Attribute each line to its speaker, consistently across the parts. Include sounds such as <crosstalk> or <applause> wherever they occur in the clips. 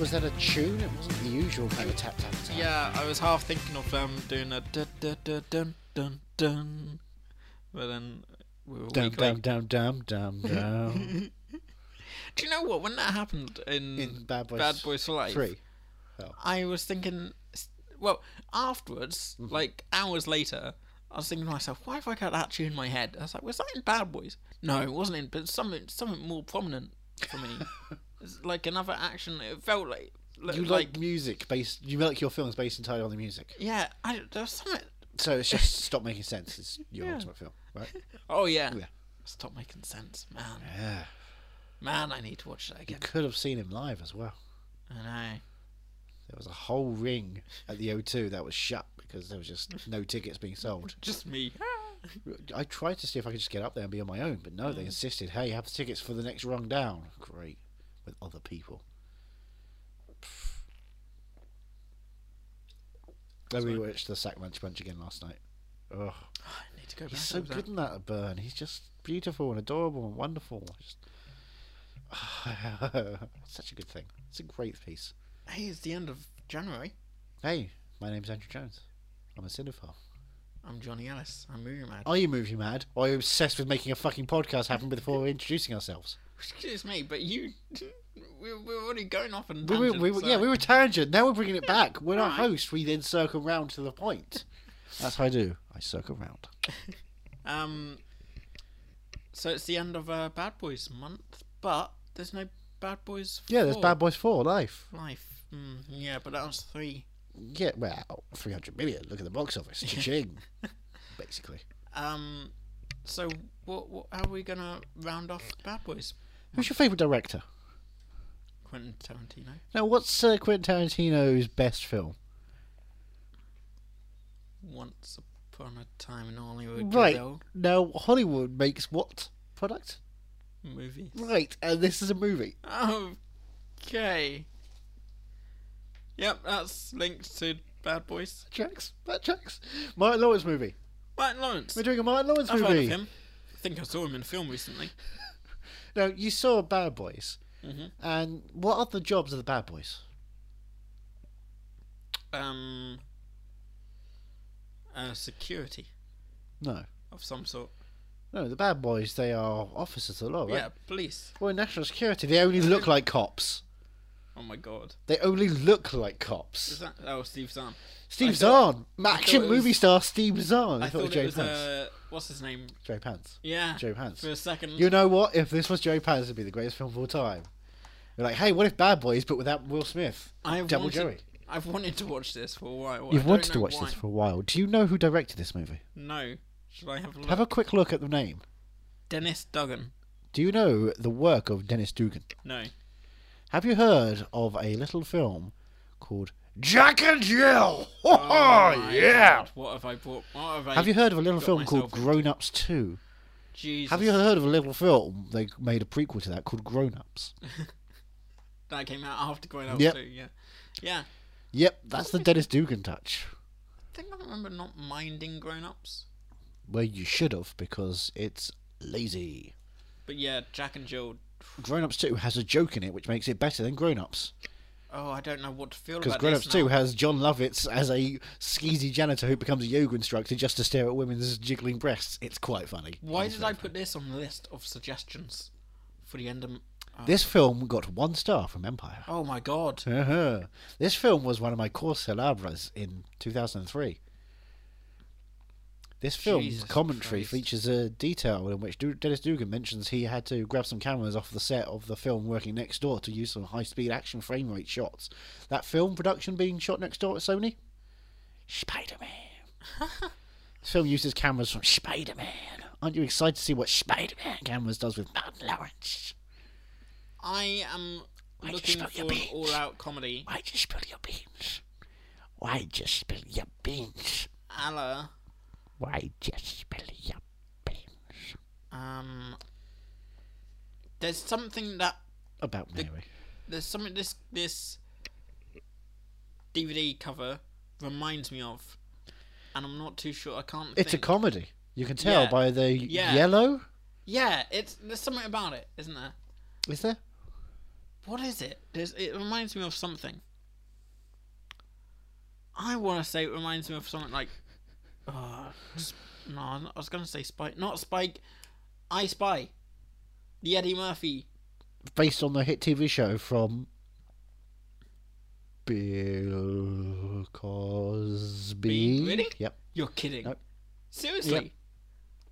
Speaker 1: Was that a tune? It wasn't the usual kind of tap tap tap.
Speaker 2: Yeah, I was half thinking of um, doing a dun dun dun dun dun, dun. but then we were
Speaker 1: Dum
Speaker 2: weak
Speaker 1: dum
Speaker 2: link.
Speaker 1: dum dum dum <laughs> dum.
Speaker 2: Do you know what? When that happened in,
Speaker 1: In Bad Boys,
Speaker 2: Bad Boys for Life,
Speaker 1: Three.
Speaker 2: I was thinking, s- well, afterwards,
Speaker 1: Mm-hmm.
Speaker 2: like hours later, I was thinking to myself, why have I got that tune in my head? I was like, was that in Bad Boys? No, it wasn't in, but something something more prominent for
Speaker 1: <laughs>
Speaker 2: me. it's like another action. It felt like, li-
Speaker 1: You
Speaker 2: like,
Speaker 1: like, music based. You like your films based entirely on the music.
Speaker 2: yeah, I, there was something.
Speaker 1: So it's
Speaker 2: <laughs>
Speaker 1: just stop making sense. It's your
Speaker 2: Yeah.
Speaker 1: ultimate film,
Speaker 2: <laughs>
Speaker 1: right?
Speaker 2: Oh yeah.
Speaker 1: Yeah.
Speaker 2: Stop making sense, man.
Speaker 1: Yeah.
Speaker 2: Man, I need to watch that
Speaker 1: You
Speaker 2: again.
Speaker 1: could have seen him live as well.
Speaker 2: I know.
Speaker 1: There was a whole ring at the O2 that was shut because there was just no tickets being sold.
Speaker 2: Just me.
Speaker 1: Ah. I tried to see if I could just get up there and be on my own, but no, they insisted, "Hey, have the tickets for the next rung down." Great, with other people. <sighs> I rewatched the Sackman's Punch again last night. Ugh,
Speaker 2: I need to go back.
Speaker 1: he's so
Speaker 2: to that.
Speaker 1: good in that burn. He's just beautiful and adorable and wonderful. I Just such a good thing. <sighs> It's a great piece.
Speaker 2: Hey, it's the end of January.
Speaker 1: Hey, my name's Andrew Jones. I'm a cinephile.
Speaker 2: I'm Johnny Ellis. I'm movie mad.
Speaker 1: Are you movie mad? Or are you obsessed with making a fucking podcast happen before introducing ourselves?
Speaker 2: Excuse me, but you, <laughs> we, we're already going off and
Speaker 1: We were, we were, yeah, we were tangent. Now we're bringing it back. We're not host. We then circle round to the point. That's how I do. I circle round.
Speaker 2: um. So it's the end of uh, Bad Boys month, but there's no Bad Boys.
Speaker 1: Yeah, there's
Speaker 2: 4
Speaker 1: Bad Boys 4 Life.
Speaker 2: Life. Mm, yeah, but that was three.
Speaker 1: Yeah, well, 300 million. Look at the box office. Cha-ching. <laughs> Basically.
Speaker 2: Um. So what, what? How are we gonna round off Bad Boys?
Speaker 1: Who's your favourite director?
Speaker 2: Quentin Tarantino.
Speaker 1: Now, what's uh, Quentin Tarantino's best film?
Speaker 2: Once upon a time in Hollywood.
Speaker 1: right.
Speaker 2: Gazelle
Speaker 1: Now, Hollywood makes what product?
Speaker 2: Movies.
Speaker 1: Right. And this is a movie.
Speaker 2: Okay. Yep, that's linked to Bad Boys.
Speaker 1: Checks. That checks. Martin Lawrence movie.
Speaker 2: Martin Lawrence.
Speaker 1: We're doing a Martin Lawrence
Speaker 2: I've
Speaker 1: movie.
Speaker 2: heard of him. I think I saw him in a film recently.
Speaker 1: Now you saw Bad Boys,
Speaker 2: Mhm.
Speaker 1: and what other jobs are the Bad Boys?
Speaker 2: Um, uh, security
Speaker 1: No,
Speaker 2: of some sort.
Speaker 1: no, the Bad Boys they are officers of the law, right?
Speaker 2: Yeah, police.
Speaker 1: Or in national security, they only look like cops.
Speaker 2: Oh my god.
Speaker 1: They only look like
Speaker 2: Is
Speaker 1: cops.
Speaker 2: that? Oh, Steve Zahn.
Speaker 1: Steve
Speaker 2: thought-
Speaker 1: Zahn,
Speaker 2: I
Speaker 1: action
Speaker 2: thought it
Speaker 1: movie
Speaker 2: was-
Speaker 1: star Steve Zahn.
Speaker 2: I,
Speaker 1: I
Speaker 2: thought, it was,
Speaker 1: Pants.
Speaker 2: uh, what's his name?
Speaker 1: Joe Pants.
Speaker 2: Yeah.
Speaker 1: Joe Pants.
Speaker 2: For a second.
Speaker 1: You know what? If this was Joe Pants, it'd be the greatest film of all time. You're like, hey, what if Bad Boys but without Will Smith?
Speaker 2: I've
Speaker 1: Double
Speaker 2: wanted,
Speaker 1: Joey.
Speaker 2: I've wanted to watch this for a while. I
Speaker 1: You've
Speaker 2: don't
Speaker 1: wanted to
Speaker 2: know
Speaker 1: watch
Speaker 2: why.
Speaker 1: this for a while. Do you know who directed this movie?
Speaker 2: No. Should I have a look?
Speaker 1: Have a quick look at the name.
Speaker 2: Dennis Duggan.
Speaker 1: Do you know the work of Dennis Dugan?
Speaker 2: No.
Speaker 1: Have you heard of a little film called Jack and Jill? <laughs> Oh,
Speaker 2: my
Speaker 1: yeah.
Speaker 2: God, What have I bought? What have I?
Speaker 1: Have you heard of a little
Speaker 2: got
Speaker 1: film called
Speaker 2: myself into-
Speaker 1: Grown Ups 2?
Speaker 2: Jesus.
Speaker 1: Have you heard of a little film? They made a prequel to that called Grown Ups.
Speaker 2: That came out after going out
Speaker 1: Yep.
Speaker 2: too. Yeah. Yeah.
Speaker 1: Yep, that's the Dennis Dugan touch.
Speaker 2: I think I remember not minding Grown Ups.
Speaker 1: Well, you should have because it's lazy.
Speaker 2: But yeah, Jack and Jill.
Speaker 1: Grown Ups 2 has a joke in it which makes it better than Grown Ups.
Speaker 2: Oh, I don't know what to feel
Speaker 1: Because
Speaker 2: about
Speaker 1: Grown
Speaker 2: this
Speaker 1: Ups
Speaker 2: now.
Speaker 1: 2 has John Lovitz as a skeezy janitor who becomes a yoga instructor just to stare at women's jiggling breasts. It's quite funny.
Speaker 2: Why
Speaker 1: It's
Speaker 2: did
Speaker 1: very
Speaker 2: I put this on the list of suggestions for the end of? Oh,
Speaker 1: This film got one star from Empire.
Speaker 2: oh my god!
Speaker 1: Uh-huh. This film was one of my course celebras in 2003. This film's
Speaker 2: Jesus
Speaker 1: commentary
Speaker 2: Christ.
Speaker 1: features a detail in which Du- Dennis Dugan mentions he had to grab some cameras off the set of the film working next door to use some high speed action frame rate shots. That film production being shot next door at Sony? Spider Man.
Speaker 2: <laughs>
Speaker 1: this film uses cameras from Spider Man. Aren't you excited to see what Spider Man cameras does with Martin Lawrence?
Speaker 2: I am
Speaker 1: Why'd you
Speaker 2: looking
Speaker 1: spill
Speaker 2: for
Speaker 1: your
Speaker 2: an
Speaker 1: beans?
Speaker 2: all-out comedy,
Speaker 1: Why'd you spill your beans? Why'd you spill your beans?
Speaker 2: a la
Speaker 1: Why'd you spill your beans?
Speaker 2: um. There's something that
Speaker 1: About Mary.
Speaker 2: there's something this this DVD cover reminds me of, and I'm not too sure. I can't.
Speaker 1: It's a
Speaker 2: think.
Speaker 1: comedy. You can tell
Speaker 2: Yeah.
Speaker 1: by the
Speaker 2: Yeah.
Speaker 1: yellow.
Speaker 2: yeah. It's there's something about it, isn't there?
Speaker 1: Is there?
Speaker 2: What is it? There's, it reminds me of something. I want to say it reminds me of something like. Uh, sp- no, I was going to say Spike. Not Spike. I Spy. The Eddie Murphy.
Speaker 1: Based on the hit TV show from Bill Cosby.
Speaker 2: Really?
Speaker 1: Yep.
Speaker 2: You're kidding.
Speaker 1: Nope.
Speaker 2: Seriously?
Speaker 1: Yep.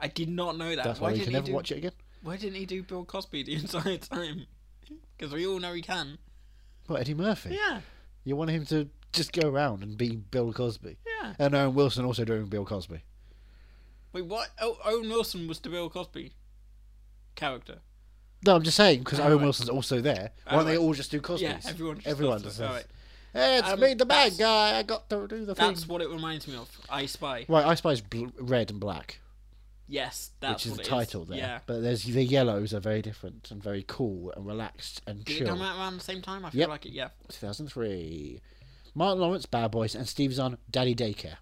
Speaker 2: I did not know that.
Speaker 1: That's
Speaker 2: why
Speaker 1: why you
Speaker 2: didn't
Speaker 1: can
Speaker 2: he
Speaker 1: never
Speaker 2: do,
Speaker 1: watch it again.
Speaker 2: Why didn't he do Bill Cosby the <laughs> entire time? Because we all know he can.
Speaker 1: Well, Eddie Murphy.
Speaker 2: Yeah,
Speaker 1: You want him to just go around and be Bill Cosby.
Speaker 2: yeah.
Speaker 1: And Owen Wilson also doing Bill Cosby.
Speaker 2: Wait, what? Oh, Owen Wilson was the Bill Cosby character.
Speaker 1: No, I'm just saying because
Speaker 2: Oh,
Speaker 1: Owen
Speaker 2: right.
Speaker 1: Wilson's also there.
Speaker 2: Oh,
Speaker 1: Why don't they
Speaker 2: right.
Speaker 1: all just do Cosbys?
Speaker 2: Yeah, everyone just
Speaker 1: everyone just
Speaker 2: does it.
Speaker 1: says,
Speaker 2: All right.
Speaker 1: "Hey, it's
Speaker 2: Um,
Speaker 1: me, the bad
Speaker 2: that's-
Speaker 1: guy. I got to do the thing."
Speaker 2: That's what it reminds me of. I Spy.
Speaker 1: Right, I spy is bl- red and black,
Speaker 2: Yes, that's
Speaker 1: which is
Speaker 2: what
Speaker 1: the
Speaker 2: it
Speaker 1: title there.
Speaker 2: Yeah.
Speaker 1: But there's the yellows are very different and very cool and relaxed and
Speaker 2: Did it
Speaker 1: chill.
Speaker 2: come out around the same time? I feel
Speaker 1: Yep.
Speaker 2: like it. Yeah.
Speaker 1: 2003. Martin Lawrence, Bad Boys, and Steve Zahn, Daddy Daycare.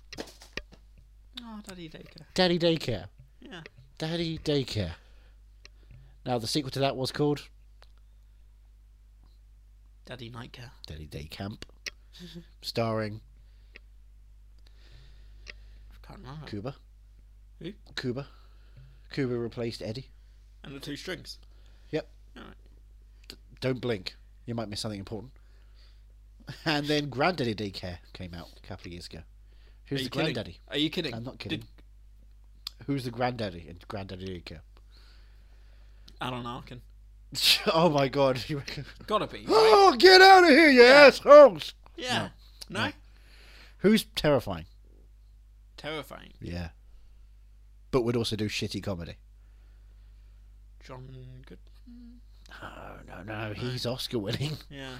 Speaker 2: Oh, Daddy Dacre.
Speaker 1: Daddy Daycare.
Speaker 2: Yeah.
Speaker 1: Daddy Daycare. Now the sequel to that was called
Speaker 2: Daddy Nightcare.
Speaker 1: Daddy Day
Speaker 2: <laughs>
Speaker 1: Camp, starring
Speaker 2: I can't remember.
Speaker 1: Cuba.
Speaker 2: Who?
Speaker 1: Cuba. Cuba replaced Eddie.
Speaker 2: And the two strings.
Speaker 1: Yep.
Speaker 2: All right.
Speaker 1: Don't blink. You might miss something important. And then Granddaddy Daycare came out a couple of years ago. Who's
Speaker 2: Are you
Speaker 1: the
Speaker 2: kidding?
Speaker 1: granddaddy?
Speaker 2: Are you kidding?
Speaker 1: I'm not
Speaker 2: Did-
Speaker 1: kidding. Who's the granddaddy in Granddaddy Daycare? <laughs>
Speaker 2: Alan Arkin.
Speaker 1: oh my god. <laughs> you reckon- <gasps>
Speaker 2: Gotta be. Right?
Speaker 1: oh, get out of here, you assholes!
Speaker 2: yeah. No.
Speaker 1: Who's terrifying?
Speaker 2: Terrifying.
Speaker 1: Yeah. But would also do shitty comedy.
Speaker 2: John Good.
Speaker 1: No, no, no. He's Oscar winning.
Speaker 2: Yeah.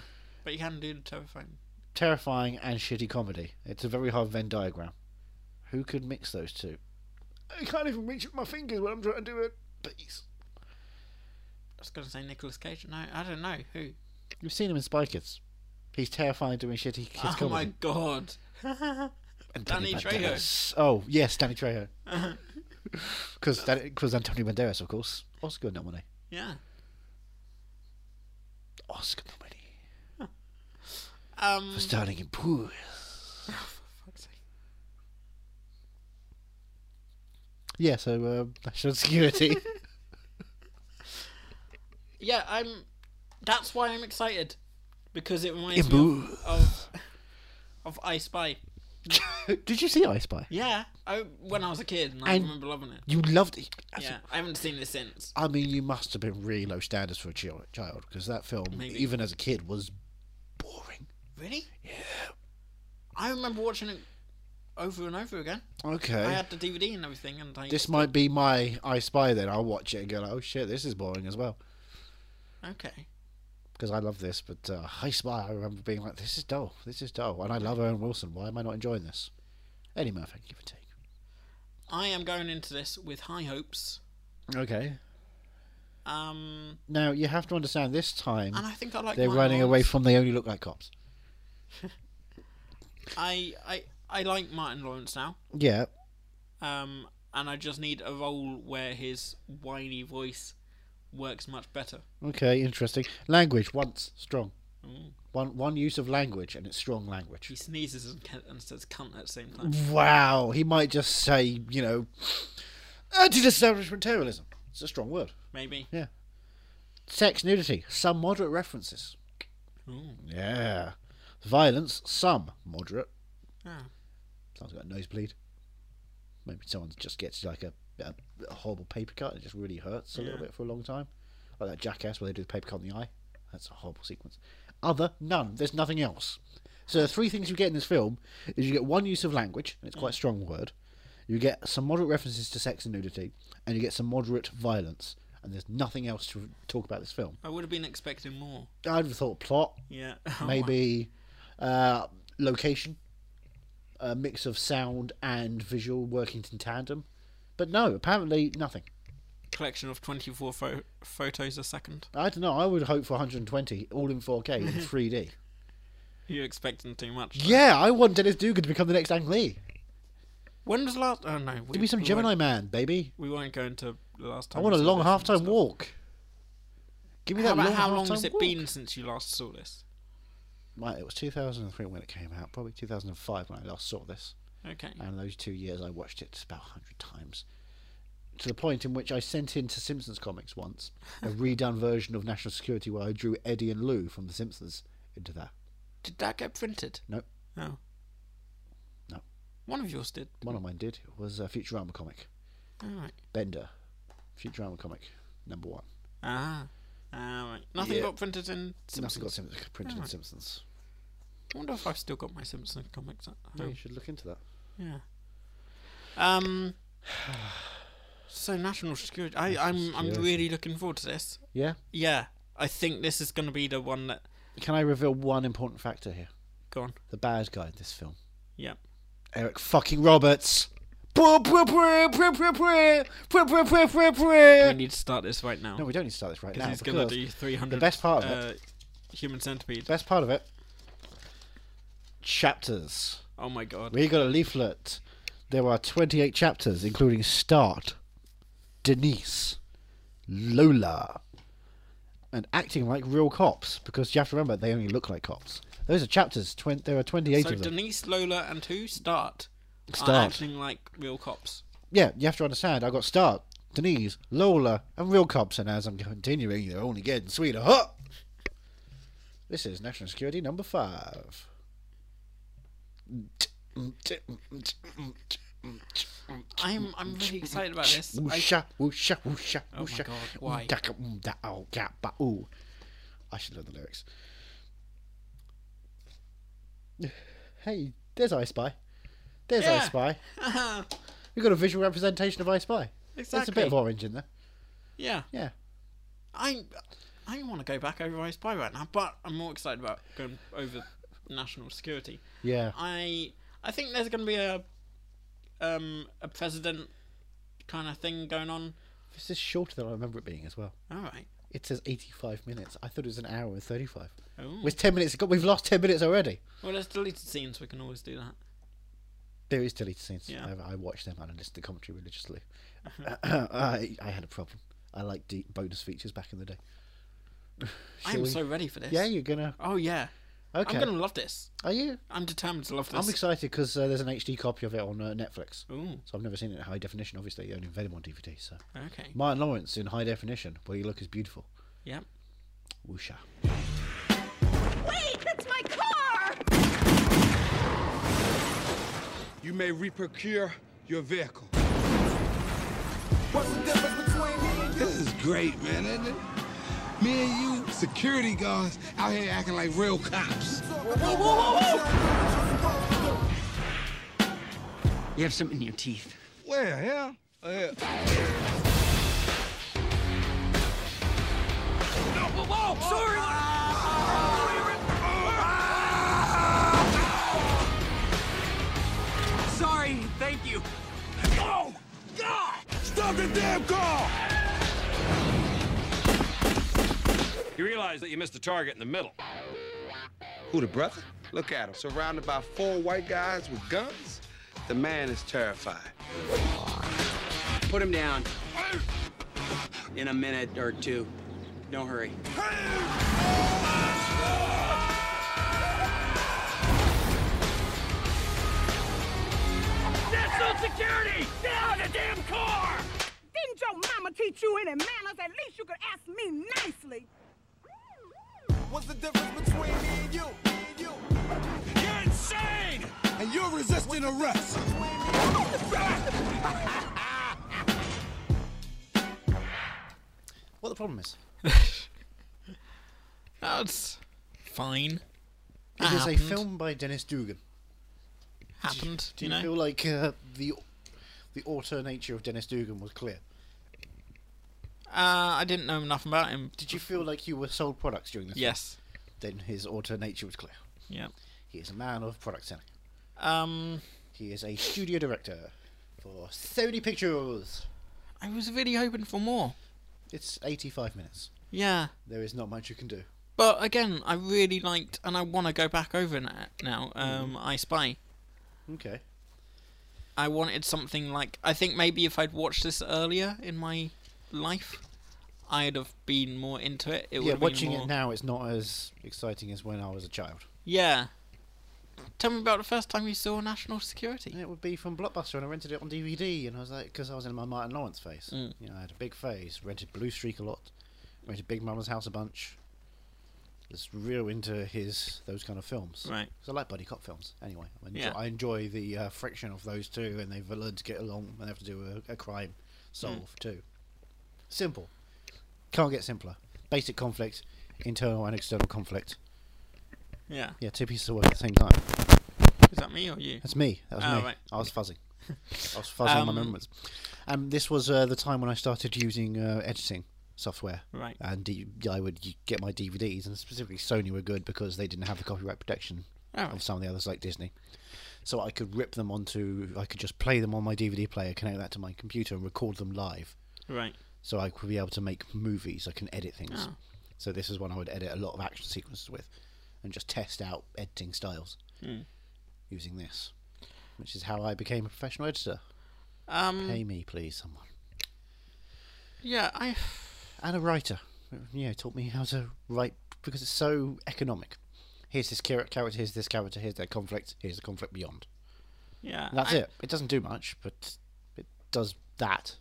Speaker 2: But you can do the terrifying.
Speaker 1: terrifying and shitty comedy. It's a very hard Venn diagram. Who could mix those two? I can't even reach with my fingers when I'm trying to do it. Please.
Speaker 2: I was gonna say Nicolas Cage. No, I don't know who.
Speaker 1: You've seen him in Spy Kids. He's terrifying doing shitty kids
Speaker 2: oh
Speaker 1: comedy.
Speaker 2: my god.
Speaker 1: and
Speaker 2: Danny
Speaker 1: Banderas. Oh yes, Danny Trejo.
Speaker 2: <laughs>
Speaker 1: Because because Antonio Banderas, of course, Oscar nominee.
Speaker 2: yeah.
Speaker 1: Oscar nominee
Speaker 2: Um.
Speaker 1: for starring in Pool.
Speaker 2: for fuck's sake.
Speaker 1: Yeah, so um, national
Speaker 2: <laughs>
Speaker 1: security.
Speaker 2: Yeah, I'm. That's why I'm excited, because it reminds me of,
Speaker 1: in
Speaker 2: of of I Spy.
Speaker 1: Did you see I Spy?
Speaker 2: Yeah, I when I was a kid, and Oh, I
Speaker 1: And-
Speaker 2: remember loving it.
Speaker 1: You loved it.
Speaker 2: Yeah, I haven't seen it since.
Speaker 1: I mean, you must have been really low standards for a chil- child because that film,
Speaker 2: Maybe.
Speaker 1: even as a kid, was boring.
Speaker 2: Really? Yeah. I remember watching it over and over again.
Speaker 1: Okay.
Speaker 2: I had the DVD and everything, and I
Speaker 1: this might be my I Spy then. I'll watch it and go, oh shit, this is boring as well.
Speaker 2: okay.
Speaker 1: Because I love this, but uh, I Spy, I remember being like, this is dull. This is dull. And I love Owen Wilson. Why am I not enjoying this? Eddie Murphy, give or take.
Speaker 2: I am going into this with high hopes.
Speaker 1: Okay.
Speaker 2: Um,
Speaker 1: Now, you have to understand this time,
Speaker 2: and I think I like.
Speaker 1: they're
Speaker 2: Martin
Speaker 1: running away
Speaker 2: Lawrence.
Speaker 1: from They Only Look Like Cops.
Speaker 2: I I I like Martin Lawrence now.
Speaker 1: Yeah.
Speaker 2: Um, and I just need a role where his whiny voice works much better.
Speaker 1: Okay, interesting. Language, once, strong.
Speaker 2: Mm.
Speaker 1: One, one use of language, and it's strong language.
Speaker 2: He sneezes and, ca- and says cunt at the same time.
Speaker 1: Wow, he might just say, you know, anti-establishment terrorism. It's a strong word.
Speaker 2: Maybe.
Speaker 1: Sex, nudity, some moderate references.
Speaker 2: Ooh.
Speaker 1: Yeah. Violence, some moderate.
Speaker 2: Ah.
Speaker 1: Someone's got a nosebleed. Maybe someone just gets like a, a, a horrible paper cut and it just really hurts a little
Speaker 2: Yeah.
Speaker 1: bit for a long time. Like that jackass where they do the paper cut on the eye. That's a horrible sequence. Other, none. There's nothing else. So the three things you get in this film is you get one use of language, and it's
Speaker 2: Mm.
Speaker 1: quite a strong word. You get some moderate references to sex and nudity, and you get some moderate violence. And there's nothing else to talk about this film.
Speaker 2: I would have been expecting more.
Speaker 1: I'd have thought plot,
Speaker 2: Yeah. <laughs> Oh,
Speaker 1: maybe uh, location, a mix of sound and visual working in tandem. But no, apparently nothing.
Speaker 2: Collection of 24 pho- photos a second. Mm-hmm.
Speaker 1: I don't know. I would hope for 120, all in 4K in 3D.
Speaker 2: You're expecting too much. though.
Speaker 1: Yeah, I want Dennis Dugan to become the next Ang Lee.
Speaker 2: When was the last? Oh no, we,
Speaker 1: Give me some
Speaker 2: we
Speaker 1: Gemini
Speaker 2: weren't-
Speaker 1: Man, baby.
Speaker 2: We weren't going to the last
Speaker 1: I
Speaker 2: time.
Speaker 1: want a
Speaker 2: we saw
Speaker 1: long
Speaker 2: this and
Speaker 1: half-time
Speaker 2: stuff.
Speaker 1: walk. Give me
Speaker 2: How
Speaker 1: that
Speaker 2: about
Speaker 1: long
Speaker 2: how long
Speaker 1: half-time
Speaker 2: has it
Speaker 1: walk.
Speaker 2: been since you last saw this?
Speaker 1: Right, it was 2003 when it came out. Probably 2005 when I last saw this.
Speaker 2: Okay.
Speaker 1: And those two years, I watched it about 100 times. To the point in which I sent in to Simpsons Comics once <laughs> a redone version of National Security where I drew Eddie and Lou from The Simpsons into that.
Speaker 2: Did that get printed?
Speaker 1: No,
Speaker 2: No.
Speaker 1: No.
Speaker 2: One of yours did.
Speaker 1: one of mine did. It was a Futurama comic.
Speaker 2: All right.
Speaker 1: Bender. Futurama comic, number one.
Speaker 2: Ah. All right. Nothing
Speaker 1: Yeah.
Speaker 2: got printed in
Speaker 1: Simpsons.
Speaker 2: Simpsons.
Speaker 1: got Simpsons, Ah. printed in
Speaker 2: Alright.
Speaker 1: Simpsons.
Speaker 2: I wonder if I've still got my Simpsons comics at
Speaker 1: You
Speaker 2: home.
Speaker 1: should look into that.
Speaker 2: Yeah. Um. <sighs> So national security. I, I'm I'm
Speaker 1: security.
Speaker 2: really looking forward to this.
Speaker 1: Yeah?
Speaker 2: Yeah. I think this is going to be the one that
Speaker 1: Can I reveal one important factor here?
Speaker 2: gone.
Speaker 1: The bad guy in this film.
Speaker 2: Yeah.
Speaker 1: Eric fucking Roberts. No,
Speaker 2: We need to start this right now.
Speaker 1: we don't need to start this right now.
Speaker 2: he's going
Speaker 1: because
Speaker 2: to do 300.
Speaker 1: the best part of
Speaker 2: uh, Human centipede.
Speaker 1: Best part of it. Chapters.
Speaker 2: Oh my god.
Speaker 1: We got a leaflet. There are 28 chapters, including Start, Denise, Lola, and acting like real cops, because you have to remember they only look like cops. Those are chapters. Twen- there are 28
Speaker 2: So
Speaker 1: of them.
Speaker 2: Denise, Lola, and who start, are
Speaker 1: Start.
Speaker 2: acting like real cops.
Speaker 1: yeah, you have to understand. I got Start, Denise, Lola, and real cops, and as I'm continuing, they're only getting sweeter. Huh? This is National Security number five.
Speaker 2: I'm
Speaker 1: <laughs>
Speaker 2: I'm really excited about this. I,
Speaker 1: Woosha, woosha, woosha,
Speaker 2: Oh my
Speaker 1: woosha.
Speaker 2: God, why?
Speaker 1: Oomdaka, oomda, ow, ga, ba, Oh, ooh. I should learn the lyrics. Hey, there's I Spy. There's I
Speaker 2: Yeah.
Speaker 1: Spy. We've got a visual representation of I Spy. There's a
Speaker 2: Exactly.
Speaker 1: bit of orange in there.
Speaker 2: <laughs> yeah,
Speaker 1: Yeah.
Speaker 2: I I want to go back over I Spy right now, but I'm more excited about going over national security.
Speaker 1: Yeah.
Speaker 2: I I think there's going to be a um a president kind of thing going on.
Speaker 1: This is shorter than I remember it being as well.
Speaker 2: All right.
Speaker 1: It says 85 minutes. I thought it was an hour and 35.
Speaker 2: Oh.
Speaker 1: With 10 minutes, we've lost 10 minutes already.
Speaker 2: Well, there's deleted scenes. We can always do that.
Speaker 1: There is deleted scenes.
Speaker 2: Yeah.
Speaker 1: I, I watch them and I listen to commentary religiously.
Speaker 2: Uh-huh.
Speaker 1: <coughs> I, I had a problem. I like deep bonus features back in the day. Shall
Speaker 2: I'm
Speaker 1: we-
Speaker 2: so ready for this.
Speaker 1: Yeah, you're gonna.
Speaker 2: Oh yeah.
Speaker 1: Okay.
Speaker 2: I'm gonna love this.
Speaker 1: Are you?
Speaker 2: I'm determined to love this.
Speaker 1: I'm excited because uh, there's an HD copy of it on uh, Netflix.
Speaker 2: Ooh.
Speaker 1: So I've never seen it in high definition. Obviously, you only have them on DVD. So
Speaker 2: Okay.
Speaker 1: Martin Lawrence in high definition, where you look is beautiful.
Speaker 2: Yep.
Speaker 1: Woosha.
Speaker 3: Wait, that's my car!
Speaker 4: You may reprocure your vehicle.
Speaker 5: What's the difference between me and you?
Speaker 4: This is great, man, isn't it? Me and you, security guards, out here acting like real cops.
Speaker 5: Whoa, whoa, whoa, whoa!
Speaker 6: You have something in your teeth.
Speaker 4: Well, yeah. yeah.
Speaker 6: Sorry, thank you.
Speaker 4: Oh, God! Stop the damn car!
Speaker 7: You realize that you missed the target in the middle.
Speaker 4: Who, the brother? Look at him, surrounded by four white guys with guns. The man is terrified.
Speaker 6: Put him down. In a minute or two. No hurry.
Speaker 3: Didn't your mama teach you any manners? At least you could ask me nicely.
Speaker 5: What's the difference between me and you? Me and you?
Speaker 4: You're insane! And you're resisting arrest.
Speaker 1: What the problem is?
Speaker 2: That's fine.
Speaker 1: It is a
Speaker 2: Happened.
Speaker 1: film by Dennis Dugan.
Speaker 2: Happened.
Speaker 1: Do
Speaker 2: you
Speaker 1: you,
Speaker 2: know?
Speaker 1: feel like uh, the the auteur nature of Dennis Dugan was clear?
Speaker 2: Uh, I didn't know enough about him.
Speaker 1: Did you feel like you were sold products during this?
Speaker 2: Yes.
Speaker 1: Then his auteur nature was clear.
Speaker 2: Yeah.
Speaker 1: He is a man of product selling.
Speaker 2: Um,
Speaker 1: He is a studio director for Sony Pictures.
Speaker 2: I was really hoping for more.
Speaker 1: It's 85 minutes.
Speaker 2: Yeah,
Speaker 1: There is not much you can do.
Speaker 2: But again, I really liked, and I want to go back over na- now.
Speaker 1: Mm-hmm.
Speaker 2: Um, I Spy.
Speaker 1: Okay.
Speaker 2: I wanted something like I think maybe if I'd watched this earlier in my life, I'd have been more into it. It
Speaker 1: Yeah,
Speaker 2: would
Speaker 1: watching
Speaker 2: been more,
Speaker 1: it now, it's not as exciting as when I was a child.
Speaker 2: Yeah. Tell me about the first time you saw National Security.
Speaker 1: It would be from Blockbuster, and I rented it on DVD, and I was like, because I was in my Martin Lawrence phase.
Speaker 2: Mm.
Speaker 1: You know, I had a big phase. Rented Blue Streak a lot. Rented Big Mama's House a bunch. Was real into his those kind of films.
Speaker 2: Right.
Speaker 1: Because I like buddy cop films. Anyway, I enjoy,
Speaker 2: Yeah.
Speaker 1: I enjoy the uh, friction of those two, and they've learned to get along, and they have to do a, a crime solve
Speaker 2: Mm.
Speaker 1: too. Simple. Can't get simpler. Basic conflict, internal and external conflict. <laughs>
Speaker 2: Yeah.
Speaker 1: Yeah, two pieces of work at the same time.
Speaker 2: Is that me or you?
Speaker 1: That's me. That was
Speaker 2: Oh,
Speaker 1: me.
Speaker 2: right.
Speaker 1: I was fuzzing. I was fuzzing on my
Speaker 2: Um,
Speaker 1: memories. Um, this was uh, the time when I started using uh, editing software.
Speaker 2: Right.
Speaker 1: And D- I would y- get my DVDs, and specifically Sony were good because they didn't have the copyright protection
Speaker 2: Oh.
Speaker 1: of some of the others like Disney. So I could rip them onto, I could just play them on my DVD player, connect that to my computer, and record them live.
Speaker 2: Right.
Speaker 1: So I could be able to make movies. I can edit things.
Speaker 2: Oh.
Speaker 1: So this is one I would edit a lot of action sequences with, and just test out editing styles
Speaker 2: Hmm.
Speaker 1: using this, which is how I became a professional editor.
Speaker 2: Um.
Speaker 1: Pay me, please, someone,
Speaker 2: Yeah. I. <sighs>
Speaker 1: and a writer. Yeah, taught me how to write because it's so economic. Here's this char- character. Here's this character. Here's their conflict. Here's the conflict beyond.
Speaker 2: Yeah.
Speaker 1: And that's
Speaker 2: I-
Speaker 1: it. It doesn't do much, but it does that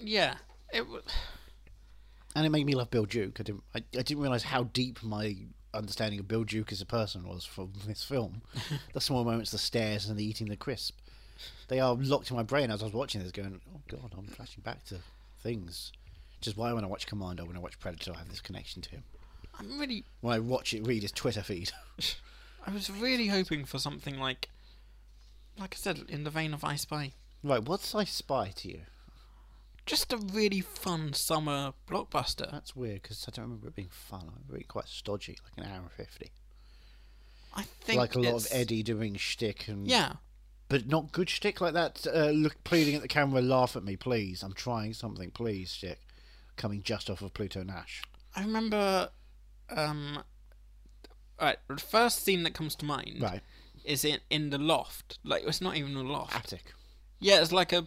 Speaker 2: Yeah. It. wa- <sighs>
Speaker 1: and it made me love Bill Duke. I didn't, I, I didn't realize how deep my understanding of Bill Duke as a person was from <laughs> this
Speaker 2: <laughs>
Speaker 1: film. the small moments, the stares, and the eating the crisp. They are locked in my brain as I was watching this, going, "Oh God, I'm flashing back to things." Which is why when I watch Commando, when I watch Predator, I have this connection to him.
Speaker 2: I'm really.
Speaker 1: When I watch it, read his Twitter feed. <laughs>
Speaker 2: I was really hoping for something like. Like I said, in the vein of I Spy.
Speaker 1: right, what's I Spy to you?
Speaker 2: Just a really fun summer blockbuster.
Speaker 1: That's weird because I don't remember it being fun. I remember it quite stodgy, like an hour and fifty,
Speaker 2: I think.
Speaker 1: like a lot of
Speaker 2: it's-
Speaker 1: Eddie doing shtick and
Speaker 2: Yeah.
Speaker 1: but not good shtick like that. Uh, look, pleading at the camera, laugh at me, please. I'm trying something, please, shtick. Coming just off of Pluto Nash.
Speaker 2: I remember. Um. Right. The first scene that comes to mind.
Speaker 1: Right,
Speaker 2: Is in in the loft. Like it's not even a loft.
Speaker 1: attic.
Speaker 2: Yeah, it's like a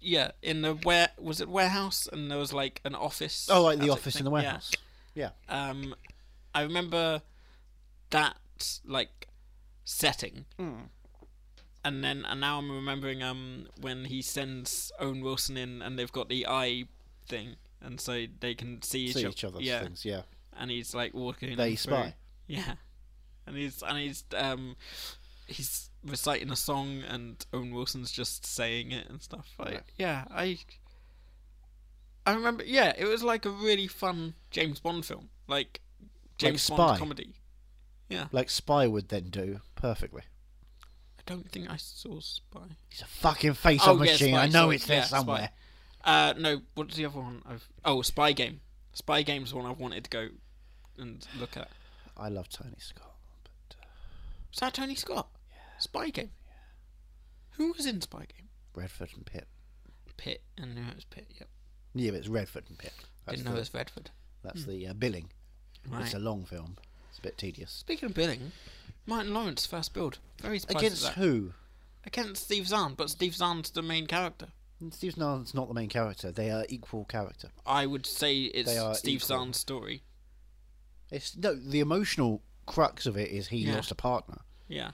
Speaker 2: yeah in the where was it warehouse and there was like an office.
Speaker 1: Oh, like the
Speaker 2: attic
Speaker 1: office
Speaker 2: thing.
Speaker 1: in the
Speaker 2: Yeah.
Speaker 1: warehouse. Yeah.
Speaker 2: Um, I remember that like setting, and then and now I'm remembering um when he sends Owen Wilson in and they've got the eye thing and so they can see each,
Speaker 1: See
Speaker 2: oth-
Speaker 1: each other's
Speaker 2: yeah,
Speaker 1: things. Yeah,
Speaker 2: and he's like walking.
Speaker 1: they
Speaker 2: through.
Speaker 1: spy.
Speaker 2: Yeah, and he's and he's um he's reciting a song, and Owen Wilson's just saying it and stuff. Like, yeah, I I remember. Yeah, it was like a really fun James Bond film, like James
Speaker 1: Spy.
Speaker 2: Bond comedy.
Speaker 1: Like Spy would then do perfectly.
Speaker 2: I don't think I saw Spy.
Speaker 1: It's a fucking face
Speaker 2: Oh,
Speaker 1: on
Speaker 2: yeah,
Speaker 1: machine.
Speaker 2: Spy,
Speaker 1: I know
Speaker 2: sorry.
Speaker 1: it's there
Speaker 2: Yeah, Spy.
Speaker 1: somewhere.
Speaker 2: Uh, no, what's the other one? I've oh, Spy Game. Spy Game's one I wanted to go and look at.
Speaker 1: I love Tony Scott. But
Speaker 2: Was that Tony Scott? Spy Game. Who was in Spy Game?
Speaker 1: Redford and Pitt.
Speaker 2: Pitt, and knew it was Pitt. Yep.
Speaker 1: Yeah, but it's Redford and Pitt. That's
Speaker 2: Didn't know
Speaker 1: the,
Speaker 2: it was Redford.
Speaker 1: That's the uh, billing.
Speaker 2: Right.
Speaker 1: It's a long film. It's a bit tedious.
Speaker 2: Speaking of billing, Martin Lawrence first build. Very surprised at
Speaker 1: Against
Speaker 2: that.
Speaker 1: who?
Speaker 2: Against Steve Zahn, but Steve Zahn's the main character.
Speaker 1: Steve Zahn's not the main character. They are equal character.
Speaker 2: I would say
Speaker 1: They are
Speaker 2: it's Steve
Speaker 1: equal.
Speaker 2: Zahn's story.
Speaker 1: It's no the emotional crux of it is he
Speaker 2: Yeah.
Speaker 1: lost a partner,
Speaker 2: Yeah.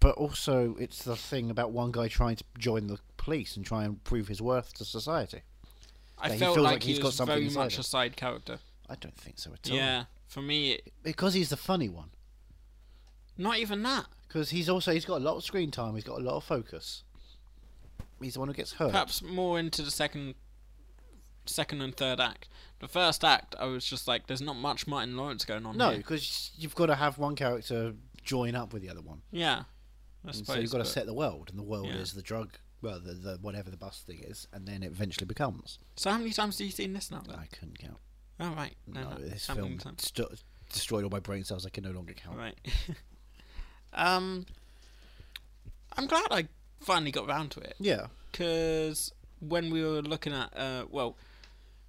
Speaker 1: but also it's the thing about one guy trying to join the police and try and prove his worth to society.
Speaker 2: I
Speaker 1: Yeah, he
Speaker 2: felt
Speaker 1: feels
Speaker 2: like,
Speaker 1: like
Speaker 2: he
Speaker 1: he's got
Speaker 2: was
Speaker 1: something
Speaker 2: very
Speaker 1: inside
Speaker 2: much
Speaker 1: him.
Speaker 2: a side character.
Speaker 1: I don't think so at all.
Speaker 2: Yeah. For me, it,
Speaker 1: because he's the funny one.
Speaker 2: not even that.
Speaker 1: Because he's also he's got a lot of screen time. He's got a lot of focus. He's the one who gets hurt.
Speaker 2: Perhaps more into the second, second and third act. The first act, I was just like, there's not much Martin Lawrence going on
Speaker 1: no,
Speaker 2: here.
Speaker 1: because you've got to have one character join up with the other one.
Speaker 2: Yeah. I
Speaker 1: And
Speaker 2: suppose.
Speaker 1: so you've got to
Speaker 2: but-
Speaker 1: set the world, and the world
Speaker 2: Yeah.
Speaker 1: is the drug, well, the, the whatever the bus thing is, and then it eventually becomes.
Speaker 2: So how many times have you seen this now? Then?
Speaker 1: I couldn't count.
Speaker 2: Oh right. No,
Speaker 1: No,
Speaker 2: no,
Speaker 1: this
Speaker 2: how many
Speaker 1: film
Speaker 2: times?
Speaker 1: st- destroyed all my brain cells. I can no longer count.
Speaker 2: Right. <laughs> um, I'm glad I finally got round to it
Speaker 1: Yeah,
Speaker 2: because when we were looking at, uh, well,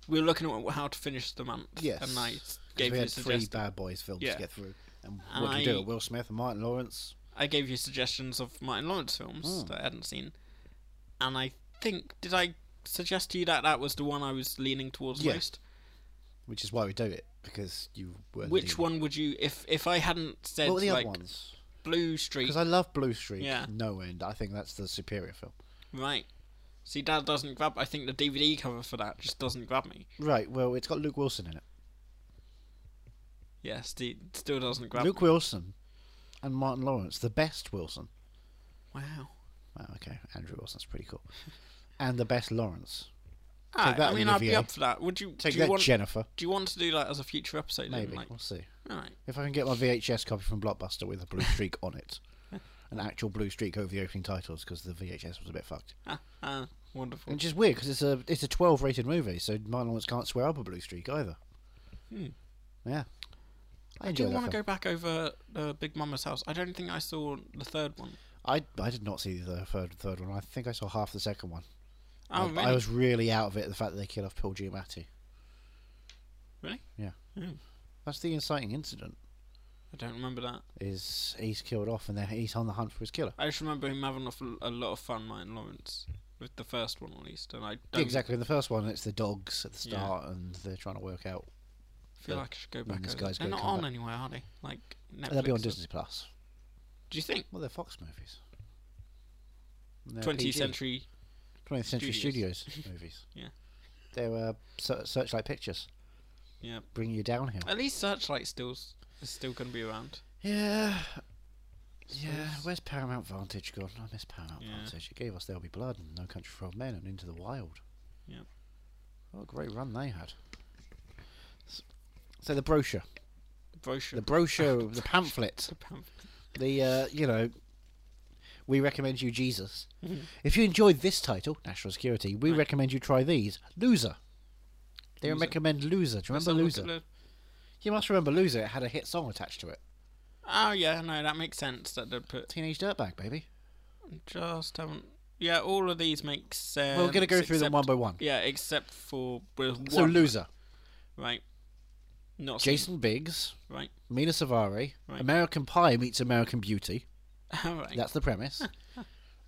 Speaker 2: we were looking at how to finish the month,
Speaker 1: Yes.
Speaker 2: and I gave
Speaker 1: we
Speaker 2: you
Speaker 1: had three
Speaker 2: suggestions.
Speaker 1: bad boys films
Speaker 2: Yeah.
Speaker 1: to get through. And what do you
Speaker 2: I-
Speaker 1: do? Will Smith and Martin Lawrence.
Speaker 2: I gave you suggestions of Martin Lawrence
Speaker 1: Hmm.
Speaker 2: films that I hadn't seen, and I think did I suggest to you that that was the one I was leaning towards
Speaker 1: Yeah.
Speaker 2: most?
Speaker 1: which is why we do it because you were.
Speaker 2: Which one would you if if I hadn't said
Speaker 1: What were the
Speaker 2: like
Speaker 1: other ones?
Speaker 2: Blue Streak?
Speaker 1: Because I love Blue Streak.
Speaker 2: Yeah.
Speaker 1: No end. I think that's the superior film.
Speaker 2: Right. See, that doesn't grab. I think the DVD cover for that just doesn't grab me.
Speaker 1: Right. Well, it's got Luke Wilson in it.
Speaker 2: Yes, the it still doesn't grab.
Speaker 1: Luke
Speaker 2: me.
Speaker 1: Wilson and Martin Lawrence, the best Wilson.
Speaker 2: Wow.
Speaker 1: Wow. Okay. Andrew Wilson's pretty
Speaker 2: <laughs>
Speaker 1: cool. And the best Lawrence.
Speaker 2: Ah,
Speaker 1: that,
Speaker 2: I mean, I'd be
Speaker 1: Olivier.
Speaker 2: up for that. Would you?
Speaker 1: Take
Speaker 2: do you
Speaker 1: that,
Speaker 2: want,
Speaker 1: Jennifer.
Speaker 2: Do you want to do that as a future episode? then?
Speaker 1: Maybe
Speaker 2: Like,
Speaker 1: we'll see.
Speaker 2: all right.
Speaker 1: If I can get my VHS copy from Blockbuster with a blue streak on
Speaker 2: <laughs>
Speaker 1: it, an actual blue streak over the opening titles because the VHS was a bit fucked.
Speaker 2: Ah, ah, wonderful.
Speaker 1: Which is weird because it's a it's a twelve rated movie, so Martin Lawrence can't swear up a blue streak either.
Speaker 2: Hmm.
Speaker 1: Yeah, I
Speaker 2: do
Speaker 1: enjoy
Speaker 2: you
Speaker 1: that.
Speaker 2: want to go
Speaker 1: film.
Speaker 2: back over uh, Big Mama's house? I don't think I saw the third one.
Speaker 1: I I did not see the third third one. I think I saw half the second one.
Speaker 2: Oh,
Speaker 1: I,
Speaker 2: really?
Speaker 1: I was really out of it. The fact that they kill off Paul Giamatti.
Speaker 2: really? Hmm.
Speaker 1: Yeah, that's the inciting incident.
Speaker 2: I don't remember that.
Speaker 1: Is he's killed off and then he's on the hunt for his killer.
Speaker 2: I just remember him having a f- a lot of fun, Martin Lawrence, with the first one at least, and I
Speaker 1: Yeah,
Speaker 2: don't
Speaker 1: exactly. In the first one, it's the dogs at the
Speaker 2: Yeah.
Speaker 1: start, and they're trying to work out.
Speaker 2: feel like I should go
Speaker 1: when
Speaker 2: back.
Speaker 1: this
Speaker 2: over.
Speaker 1: guy's
Speaker 2: They're
Speaker 1: gonna
Speaker 2: not
Speaker 1: come
Speaker 2: on
Speaker 1: back.
Speaker 2: anywhere, are they? Like Netflix.
Speaker 1: They'll be on
Speaker 2: or-
Speaker 1: Disney Plus.
Speaker 2: Do you think
Speaker 1: Well, they're Fox movies. They're
Speaker 2: twentieth
Speaker 1: PG.
Speaker 2: century?
Speaker 1: 20th Century
Speaker 2: Studios.
Speaker 1: Studios,
Speaker 2: <laughs>
Speaker 1: movies.
Speaker 2: Yeah.
Speaker 1: They were Ser- Searchlight Pictures,
Speaker 2: Yeah.
Speaker 1: bringing you downhill.
Speaker 2: At least Searchlight still's is still going to be around.
Speaker 1: Yeah. Yeah, where's Paramount Vantage gone? I miss Paramount
Speaker 2: Yeah.
Speaker 1: Vantage. It gave us There'll Be Blood and No Country for Old Men and Into the Wild.
Speaker 2: Yep.
Speaker 1: What a great run they had. S- So the brochure,
Speaker 2: The brochure.
Speaker 1: the brochure, the pamphlet,
Speaker 2: <laughs> The pamphlet.
Speaker 1: the uh, you know, we recommend you Jesus.
Speaker 2: Mm-hmm.
Speaker 1: if you enjoyed this title, National Security, we recommend you try these. Loser. They
Speaker 2: Loser.
Speaker 1: recommend Loser. Do you
Speaker 2: Let's
Speaker 1: remember
Speaker 2: have a
Speaker 1: Loser?
Speaker 2: look at
Speaker 1: You must remember Loser, it had a hit song attached to it.
Speaker 2: the- Oh yeah, no, that makes sense. That they put
Speaker 1: Teenage Dirtbag, baby.
Speaker 2: just haven't. Yeah, all of these make sense.
Speaker 1: Well, we're going to go through them
Speaker 2: except-
Speaker 1: one by one.
Speaker 2: Um, Yeah, except for well, one,
Speaker 1: So, Loser.
Speaker 2: right? Not seen,
Speaker 1: Jason Biggs,
Speaker 2: right? <laughs>
Speaker 1: Mina Savari,
Speaker 2: Right.
Speaker 1: American Pie meets American Beauty.
Speaker 2: All right.
Speaker 1: That's the
Speaker 2: <laughs>
Speaker 1: premise.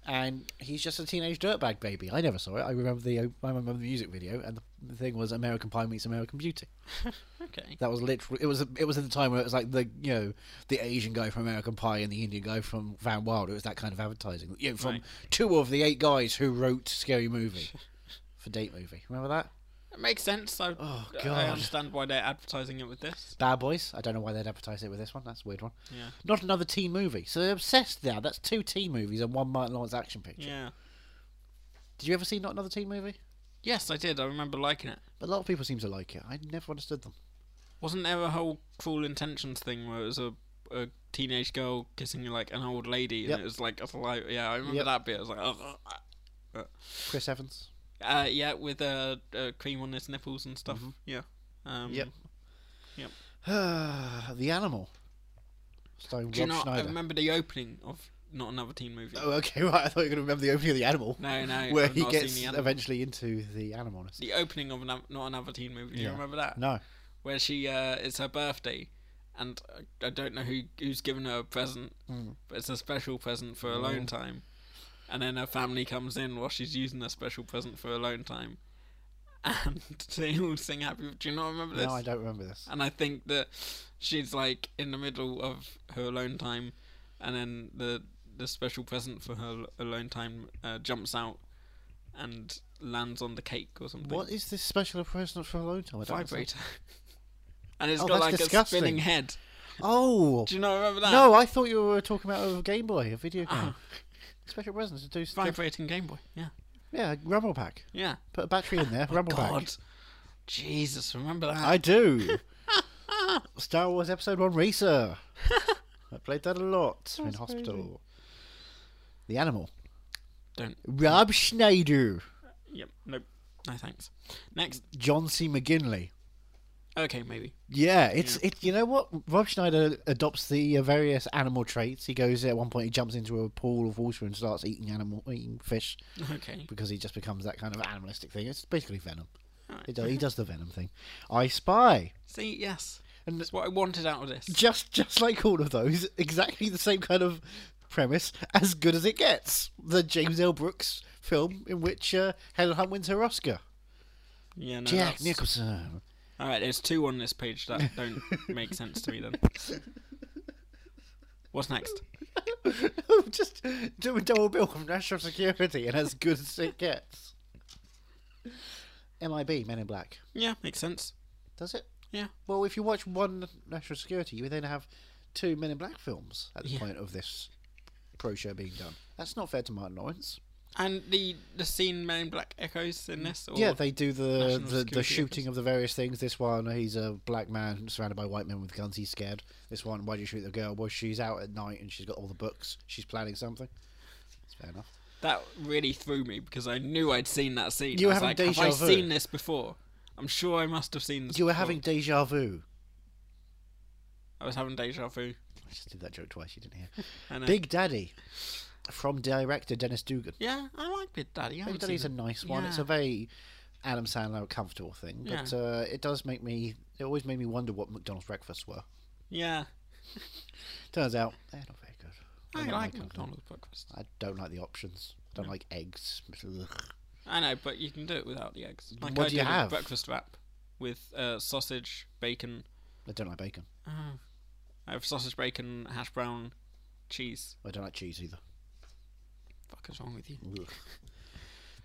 Speaker 1: and he's just a teenage dirtbag baby. I never saw it. I remember the I remember the music video, and the thing was American Pie meets American Beauty.
Speaker 2: okay.
Speaker 1: That was literally it was it was at the time where it was like the you know the Asian guy from American Pie and the Indian guy from Van Wild. It was that kind of advertising. You know, from
Speaker 2: Right.
Speaker 1: two of the eight guys who wrote Scary Movie <laughs> for Date Movie. Remember that?
Speaker 2: It makes sense. I,
Speaker 1: Oh,
Speaker 2: I
Speaker 1: God.
Speaker 2: understand why they're advertising it with this.
Speaker 1: Bad Boys. I don't know why they'd advertise it with this one. That's a weird one.
Speaker 2: Yeah.
Speaker 1: Not another teen movie. So they're obsessed now. That's two teen movies and one Martin Lawrence action picture.
Speaker 2: Yeah.
Speaker 1: Did you ever see Not Another Teen Movie?
Speaker 2: Yes, I did. I remember liking it.
Speaker 1: But a lot of people seem to like it. I never understood them.
Speaker 2: Wasn't there a whole cruel intentions thing where it was a, a teenage girl kissing like an old lady, and
Speaker 1: Yep.
Speaker 2: it was like, I was like, yeah, I remember
Speaker 1: Yep.
Speaker 2: that bit. I was like, oh,
Speaker 1: Chris Evans.
Speaker 2: uh, yeah, with uh, uh, cream on his nipples and stuff. Yeah. Um,
Speaker 1: Mm-hmm. Yep.
Speaker 2: Yep.
Speaker 1: <sighs> the Animal. Starring
Speaker 2: Do you
Speaker 1: Rob
Speaker 2: know? what? I
Speaker 1: Schneider.
Speaker 2: remember the opening of not another teen movie.
Speaker 1: Oh, okay, <laughs> right. I thought you were going to remember the opening of The Animal.
Speaker 2: No, no,
Speaker 1: Where
Speaker 2: I've
Speaker 1: he
Speaker 2: not seen
Speaker 1: gets
Speaker 2: The Animal.
Speaker 1: eventually into the animal.
Speaker 2: The opening of Ano- not another teen movie. Do you
Speaker 1: Yeah.
Speaker 2: remember that?
Speaker 1: No.
Speaker 2: where she uh, it's her birthday, and I, I don't know who who's given her a present,
Speaker 1: Hmm.
Speaker 2: but it's a special present for alone time. And then her family comes in while she's using her special present for alone time, <laughs> and they all sing happy. Do you not remember this?
Speaker 1: No, I don't remember this.
Speaker 2: And I think that she's like in the middle of her alone time, and then the the special present for her al- alone time uh, jumps out and lands on the cake or something
Speaker 1: What is this special person for alone time? I don't understand.
Speaker 2: vibrator. <laughs> and it's
Speaker 1: Oh,
Speaker 2: got
Speaker 1: that's
Speaker 2: like
Speaker 1: disgusting.
Speaker 2: a spinning head. <laughs>
Speaker 1: Oh.
Speaker 2: Do you not remember that? Ah.
Speaker 1: No, I thought you were talking about a Game Boy, a video game. <laughs> Special presents to do stuff.
Speaker 2: Vibrating Game Boy. Yeah.
Speaker 1: Yeah, rumble pack.
Speaker 2: Yeah.
Speaker 1: Put a battery in
Speaker 2: <laughs>
Speaker 1: there, rumble
Speaker 2: Oh, God.
Speaker 1: pack.
Speaker 2: Jesus, remember that?
Speaker 1: I
Speaker 2: <laughs>
Speaker 1: do. Star Wars Episode One Racer. I played that a lot in hospital. The animal.
Speaker 2: don't.
Speaker 1: Rob Schneider.
Speaker 2: Yep. Nope. No thanks. Next.
Speaker 1: John C. McGinley.
Speaker 2: Okay, maybe.
Speaker 1: Yeah, it's it. You know what? Rob Schneider adopts the uh, various animal traits. He goes at one point, he jumps into a pool of water and starts eating animal, eating fish.
Speaker 2: Okay.
Speaker 1: because he just becomes that kind of animalistic thing. It's basically Venom. He, does, he does the Venom thing. I Spy.
Speaker 2: See, yes.
Speaker 1: And
Speaker 2: That's what I wanted out of this.
Speaker 1: just just like all of those, <laughs> exactly the same kind of premise, as good as it gets. The James L. Brooks film in which uh, Helen Hunt wins her Oscar.
Speaker 2: Yeah, no,
Speaker 1: Jack
Speaker 2: that's-
Speaker 1: Nicholson.
Speaker 2: All right, there's two on this
Speaker 1: <laughs>
Speaker 2: page that don't make sense to me. Then. What's next?
Speaker 1: <laughs> just do a double bill from national security and as good as it gets. MIB, Men in Black.
Speaker 2: Yeah, makes sense.
Speaker 1: Does it?
Speaker 2: Yeah.
Speaker 1: Well, if you watch one national security, you then have two Men in Black films at the
Speaker 2: Yeah.
Speaker 1: point of this pro show being done. That's not fair to Martin Lawrence.
Speaker 2: And the the scene Men in Black echoes in this. Or,
Speaker 1: yeah, they do the
Speaker 2: national
Speaker 1: the, the
Speaker 2: security
Speaker 1: shooting of the various things. This one, he's a black man surrounded by white men with guns. He's scared. This one, why do you shoot the girl? Well, she's out at night and she's got all the books. She's planning something. That's fair enough.
Speaker 2: that really threw me because I knew I'd seen that scene.
Speaker 1: You
Speaker 2: I was
Speaker 1: having
Speaker 2: like, have
Speaker 1: déjà
Speaker 2: I
Speaker 1: vu?
Speaker 2: seen this before? I'm sure I must have seen this.
Speaker 1: You were
Speaker 2: before.
Speaker 1: having deja vu.
Speaker 2: I was having deja vu.
Speaker 1: I just did that joke twice. You didn't hear.
Speaker 2: <laughs> I know.
Speaker 1: Big Daddy, from director Dennis Dugan.
Speaker 2: Yeah, I like Big Daddy. I
Speaker 1: Big
Speaker 2: haven't
Speaker 1: Daddy's a
Speaker 2: seen it.
Speaker 1: nice one. It's
Speaker 2: Yeah.
Speaker 1: a very Adam Sandler comfortable thing, but
Speaker 2: Yeah.
Speaker 1: uh, it does make me. It always made me wonder what McDonald's breakfasts were.
Speaker 2: Yeah,
Speaker 1: Turns out they're not very good.
Speaker 2: I,
Speaker 1: don't
Speaker 2: like
Speaker 1: them.
Speaker 2: McDonald's breakfast.
Speaker 1: I don't like the options. Don't like eggs. Ugh.
Speaker 2: I know, but you can do it without the eggs. Like
Speaker 1: What
Speaker 2: I
Speaker 1: do you
Speaker 2: did a
Speaker 1: have?
Speaker 2: breakfast wrap with uh, sausage, bacon.
Speaker 1: I don't like bacon.
Speaker 2: I have sausage, bacon, hash brown, cheese.
Speaker 1: I don't like cheese either.
Speaker 2: Fuck is wrong with you?
Speaker 1: Ugh.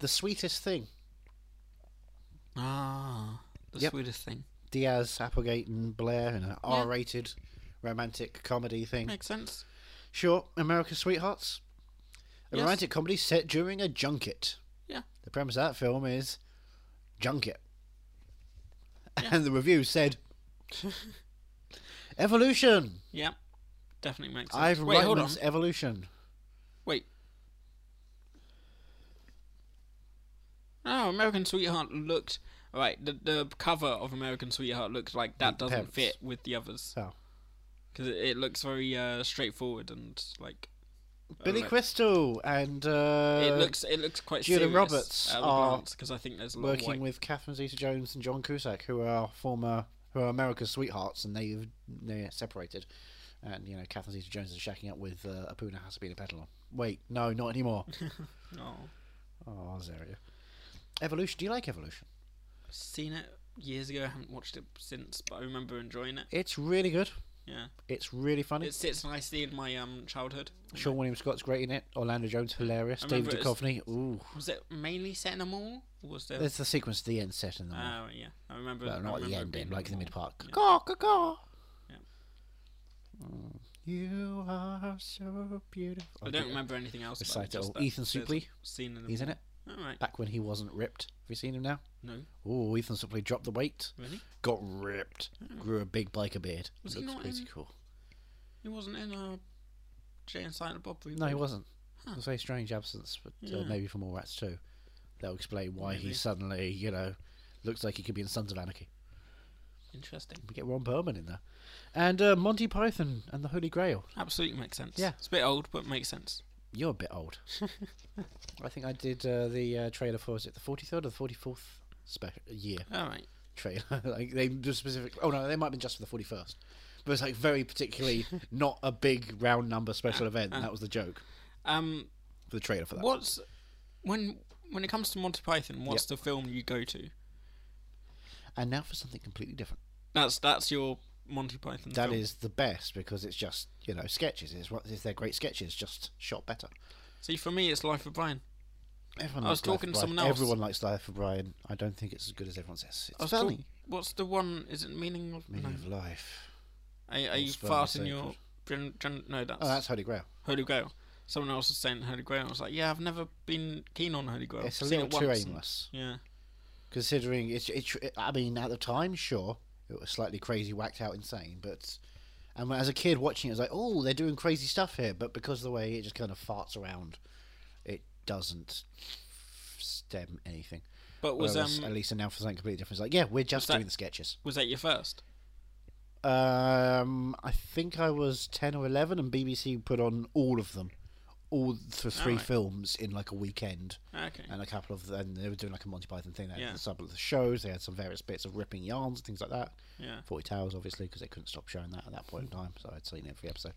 Speaker 1: The sweetest thing:
Speaker 2: Ah, the
Speaker 1: Yep.
Speaker 2: sweetest thing.
Speaker 1: Diaz, Applegate, and Blair in an R-rated romantic comedy thing.
Speaker 2: Makes sense.
Speaker 1: Sure, America's Sweethearts. A
Speaker 2: Yes.
Speaker 1: romantic comedy set during a junket.
Speaker 2: Yeah.
Speaker 1: The premise of that film is junket. And the review said Evolution.
Speaker 2: Yeah, definitely makes sense.
Speaker 1: Ivan
Speaker 2: Wait, hold on.
Speaker 1: Reitman's Evolution.
Speaker 2: Wait. Oh, American Sweetheart looked. Alright, the, the cover of American Sweetheart looks like that doesn't
Speaker 1: Parents.
Speaker 2: fit with the others.
Speaker 1: So
Speaker 2: Because it, it looks very uh, straightforward and, like.
Speaker 1: Billy
Speaker 2: know.
Speaker 1: Crystal and uh,
Speaker 2: It looks it looks quite
Speaker 1: Julia
Speaker 2: serious
Speaker 1: Roberts
Speaker 2: at a
Speaker 1: are
Speaker 2: glance, 'cause I think there's a lot of
Speaker 1: working
Speaker 2: white-
Speaker 1: with Catherine Zeta Jones and John Cusack, who are former who are America's sweethearts and they've they're separated. And you know, Catherine Zeta Jones is shacking up with uh, Apuna Hasabina Petalon. Wait, no, not anymore.
Speaker 2: Oh,
Speaker 1: Oh, Azaria. Evolution. Do you like Evolution?
Speaker 2: seen it years ago. I haven't watched it since, but I remember enjoying it.
Speaker 1: It's really good.
Speaker 2: Yeah,
Speaker 1: It's really funny.
Speaker 2: it sits nicely in my um childhood.
Speaker 1: Sean William Scott's great in it. Orlando Jones, hilarious.
Speaker 2: I
Speaker 1: David
Speaker 2: remember it's-
Speaker 1: Duchovny. Ooh,
Speaker 2: Was it mainly set in a mall? Or was there?
Speaker 1: there's the sequence at the end set in the mall.
Speaker 2: Oh yeah, I remember. I
Speaker 1: Well, not
Speaker 2: remember
Speaker 1: the
Speaker 2: it
Speaker 1: end,
Speaker 2: being
Speaker 1: end
Speaker 2: a
Speaker 1: like the
Speaker 2: mall.
Speaker 1: mid part.
Speaker 2: Yeah.
Speaker 1: Caw, caw, caw.
Speaker 2: Yeah.
Speaker 1: Mm. You are so beautiful.
Speaker 2: I don't remember anything else. about it,
Speaker 1: Recital.
Speaker 2: just that
Speaker 1: oh, Ethan
Speaker 2: there's a
Speaker 1: Suplee?
Speaker 2: Scene in the
Speaker 1: He's in it.
Speaker 2: All right.
Speaker 1: Back when he wasn't ripped. Have you seen him now?
Speaker 2: No.
Speaker 1: Ooh, Ethan simply dropped the weight.
Speaker 2: Really? Hmm.
Speaker 1: Got ripped. Grew a big biker beard.
Speaker 2: Was he
Speaker 1: Looks
Speaker 2: not
Speaker 1: pretty
Speaker 2: in-
Speaker 1: cool.
Speaker 2: He wasn't in uh, Jay and Silent Bob. Were
Speaker 1: No, he wasn't. It was a very strange absence, but uh, maybe from All Rats too. They'll explain why he suddenly, you know, looks like he could be in Sons of Anarchy.
Speaker 2: Interesting.
Speaker 1: We get Ron Perlman in there, and uh, Monty Python and the Holy Grail.
Speaker 2: Absolutely makes sense.
Speaker 1: Yeah.
Speaker 2: It's a bit old, but makes sense.
Speaker 1: You're a bit old. I think I did uh, the uh, trailer for was it the 43rd or the 44th special year
Speaker 2: All right.
Speaker 1: trailer. <laughs> like they just specifically. Oh no, they might have been just for the 41st, but it's like very particularly not a big round number special event. and that was the joke
Speaker 2: Um,
Speaker 1: for the trailer for that.
Speaker 2: what's when when it comes to Monty Python? What's the film you go to?
Speaker 1: And now for something completely different.
Speaker 2: That's that's your Monty Python.
Speaker 1: That is
Speaker 2: film.
Speaker 1: the best because it's just you know sketches. It's what if they're great sketches, just shot better.
Speaker 2: See, for me, it's Life of Brian.
Speaker 1: Everyone
Speaker 2: I was
Speaker 1: likes Life
Speaker 2: talking
Speaker 1: of
Speaker 2: to
Speaker 1: Brian.
Speaker 2: someone else.
Speaker 1: Everyone likes Life of Brian. I don't think it's as good as everyone says.
Speaker 2: I
Speaker 1: It's
Speaker 2: was
Speaker 1: funny.
Speaker 2: talk- What's the one? Is it Meaning of?
Speaker 1: Meaning
Speaker 2: no.
Speaker 1: of life.
Speaker 2: Are, are you
Speaker 1: All's Fair in
Speaker 2: farting your?
Speaker 1: Sacred.
Speaker 2: Gen, gen, no, that's,
Speaker 1: Oh, that's Holy Grail.
Speaker 2: Holy Grail. Someone else was saying Holy Grail. I was like, yeah, I've never been keen on Holy Grail.
Speaker 1: It's a
Speaker 2: I've seen
Speaker 1: little
Speaker 2: it
Speaker 1: too
Speaker 2: once and-
Speaker 1: aimless,
Speaker 2: Yeah.
Speaker 1: considering it's. It, I mean, at the time, sure, it was slightly crazy, whacked out, insane, but. And as a kid watching it, it was like, oh, they're doing crazy stuff here. But because of the way it just kind of farts around, it doesn't stem anything.
Speaker 2: But was
Speaker 1: Whereas
Speaker 2: um
Speaker 1: Elisa now for something completely different. It's like, yeah, we're just
Speaker 2: that-
Speaker 1: doing the sketches.
Speaker 2: was that your first?
Speaker 1: Um, I think I was ten or eleven, and BBC put on all of them, all for three
Speaker 2: Alright.
Speaker 1: films in like a weekend.
Speaker 2: Ah, Okay.
Speaker 1: And a couple of them, they were doing like a Monty Python thing. They had
Speaker 2: Yeah.
Speaker 1: some of the shows. They had some various bits of ripping yarns and things like that.
Speaker 2: Yeah.
Speaker 1: Forty Towers, obviously, because they couldn't stop showing that at that point in time. So I'd seen every episode.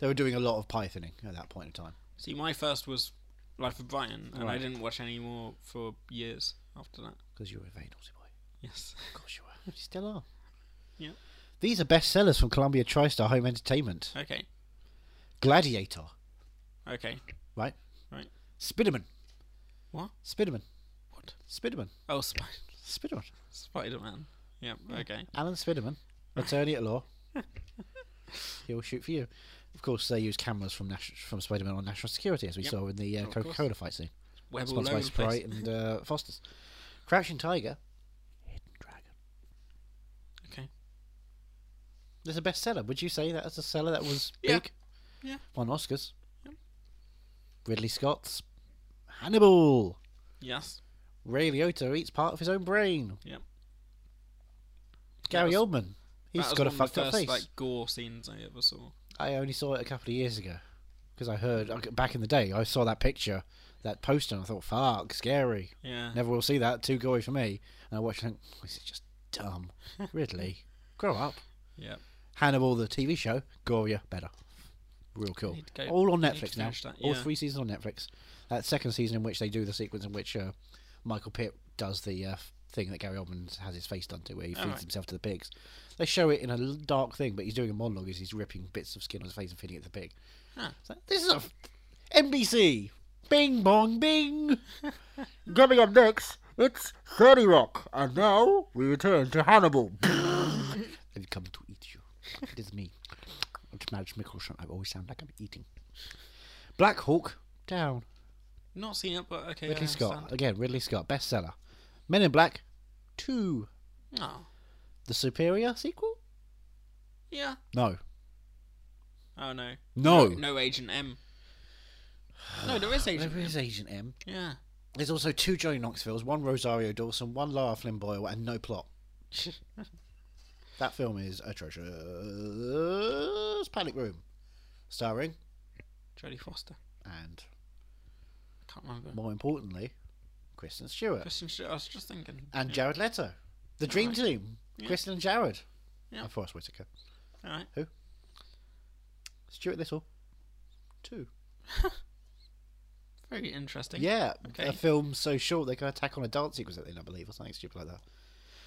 Speaker 1: They were doing a lot of Pythoning at that point in time.
Speaker 2: See, my first was Life of Brian, and I
Speaker 1: Right.
Speaker 2: didn't watch any more for years after that.
Speaker 1: Because you were a very naughty boy.
Speaker 2: Yes.
Speaker 1: Of course you were. You still are.
Speaker 2: Yeah.
Speaker 1: These are bestsellers from Columbia TriStar Home Entertainment.
Speaker 2: Okay.
Speaker 1: Gladiator,
Speaker 2: Okay.
Speaker 1: right?
Speaker 2: Right.
Speaker 1: Spiderman.
Speaker 2: What?
Speaker 1: Spiderman.
Speaker 2: What?
Speaker 1: Spiderman.
Speaker 2: Oh, <laughs> Sp-
Speaker 1: Spiderman.
Speaker 2: Spider Man. Yep. Okay.
Speaker 1: Alan Spiderman, attorney at
Speaker 2: <laughs>
Speaker 1: law. He'll shoot for you. Of course, they use cameras from Nash- from Spiderman on national security, as we
Speaker 2: Yep.
Speaker 1: saw in the uh,
Speaker 2: course.
Speaker 1: Coca-Cola fight scene.
Speaker 2: Web all
Speaker 1: Sponsored by
Speaker 2: over the place.
Speaker 1: Sprite
Speaker 2: <laughs>
Speaker 1: and uh, Foster's. Crouching Tiger, Hidden Dragon.
Speaker 2: Okay.
Speaker 1: There's a bestseller. Would you say that as a seller that was
Speaker 2: Yeah.
Speaker 1: big?
Speaker 2: Yeah.
Speaker 1: Won Oscars.
Speaker 2: Yep.
Speaker 1: Ridley Scott's Hannibal.
Speaker 2: Yes.
Speaker 1: Ray Liotta eats part of his own brain.
Speaker 2: Yep.
Speaker 1: Gary
Speaker 2: was-
Speaker 1: Oldman.
Speaker 2: That
Speaker 1: He's
Speaker 2: was
Speaker 1: got a
Speaker 2: one of
Speaker 1: fucked
Speaker 2: the
Speaker 1: up
Speaker 2: first,
Speaker 1: face.
Speaker 2: Like gore scenes I ever saw.
Speaker 1: I only saw it a couple of years ago because I heard back in the day I saw that picture, that poster, and I thought, "Fuck, scary."
Speaker 2: Yeah.
Speaker 1: Never will see that. Too gory for me. And I watched it. And, think, this is just dumb.
Speaker 2: <laughs>
Speaker 1: Ridley, grow up.
Speaker 2: Yep.
Speaker 1: Hannibal, the TV show, gorier, better. Real cool.
Speaker 2: need to go-
Speaker 1: All on
Speaker 2: I need to
Speaker 1: Netflix now.
Speaker 2: finish that,
Speaker 1: All
Speaker 2: yeah.
Speaker 1: three seasons on Netflix. That second season in which they do the sequence in which uh, Michael Pitt does the uh, thing that Gary Oldman has his face done to, where he feeds
Speaker 2: Alright.
Speaker 1: himself to the pigs. They show it in a l- dark thing, but he's doing a monologue as he's ripping bits of skin on his face and feeding it to the pig.
Speaker 2: Huh.
Speaker 1: It's like, this is a f- NBC. Bing bong bing. Coming up next, it's 30 Rock. And now we return to Hannibal. I've come to eat you. <laughs> It is me. It's Madge Mickelson. I always sound like I'm eating. Black Hawk Down.
Speaker 2: Not seen it, but okay.
Speaker 1: Ridley
Speaker 2: I
Speaker 1: Scott.
Speaker 2: understand.
Speaker 1: Again, Ridley Scott. Bestseller. Men in Black 2.
Speaker 2: Oh.
Speaker 1: The Superior sequel?
Speaker 2: Yeah.
Speaker 1: No.
Speaker 2: Oh no.
Speaker 1: No.
Speaker 2: No Agent M. No, there is Agent
Speaker 1: There is
Speaker 2: M.
Speaker 1: Agent M.
Speaker 2: Yeah.
Speaker 1: There's also two Johnny Knoxvilles, one Rosario Dawson, one Lara Flynn Boyle, and no
Speaker 2: <laughs>
Speaker 1: plot. that film is atrocious. Panic Room. Starring
Speaker 2: Jodie Foster.
Speaker 1: and
Speaker 2: I can't remember.
Speaker 1: more importantly, Kristen Stewart
Speaker 2: Kristen Stewart. I was just thinking.
Speaker 1: and Jared Leto, the Dream Team, Kristen and Jared,
Speaker 2: Yeah.
Speaker 1: and Forrest Whitaker,
Speaker 2: All right.
Speaker 1: Stuart Little, two.
Speaker 2: Very interesting.
Speaker 1: Yeah,
Speaker 2: Okay.
Speaker 1: a film so short they can attack on a dance sequence at the end, I believe, or something stupid like that.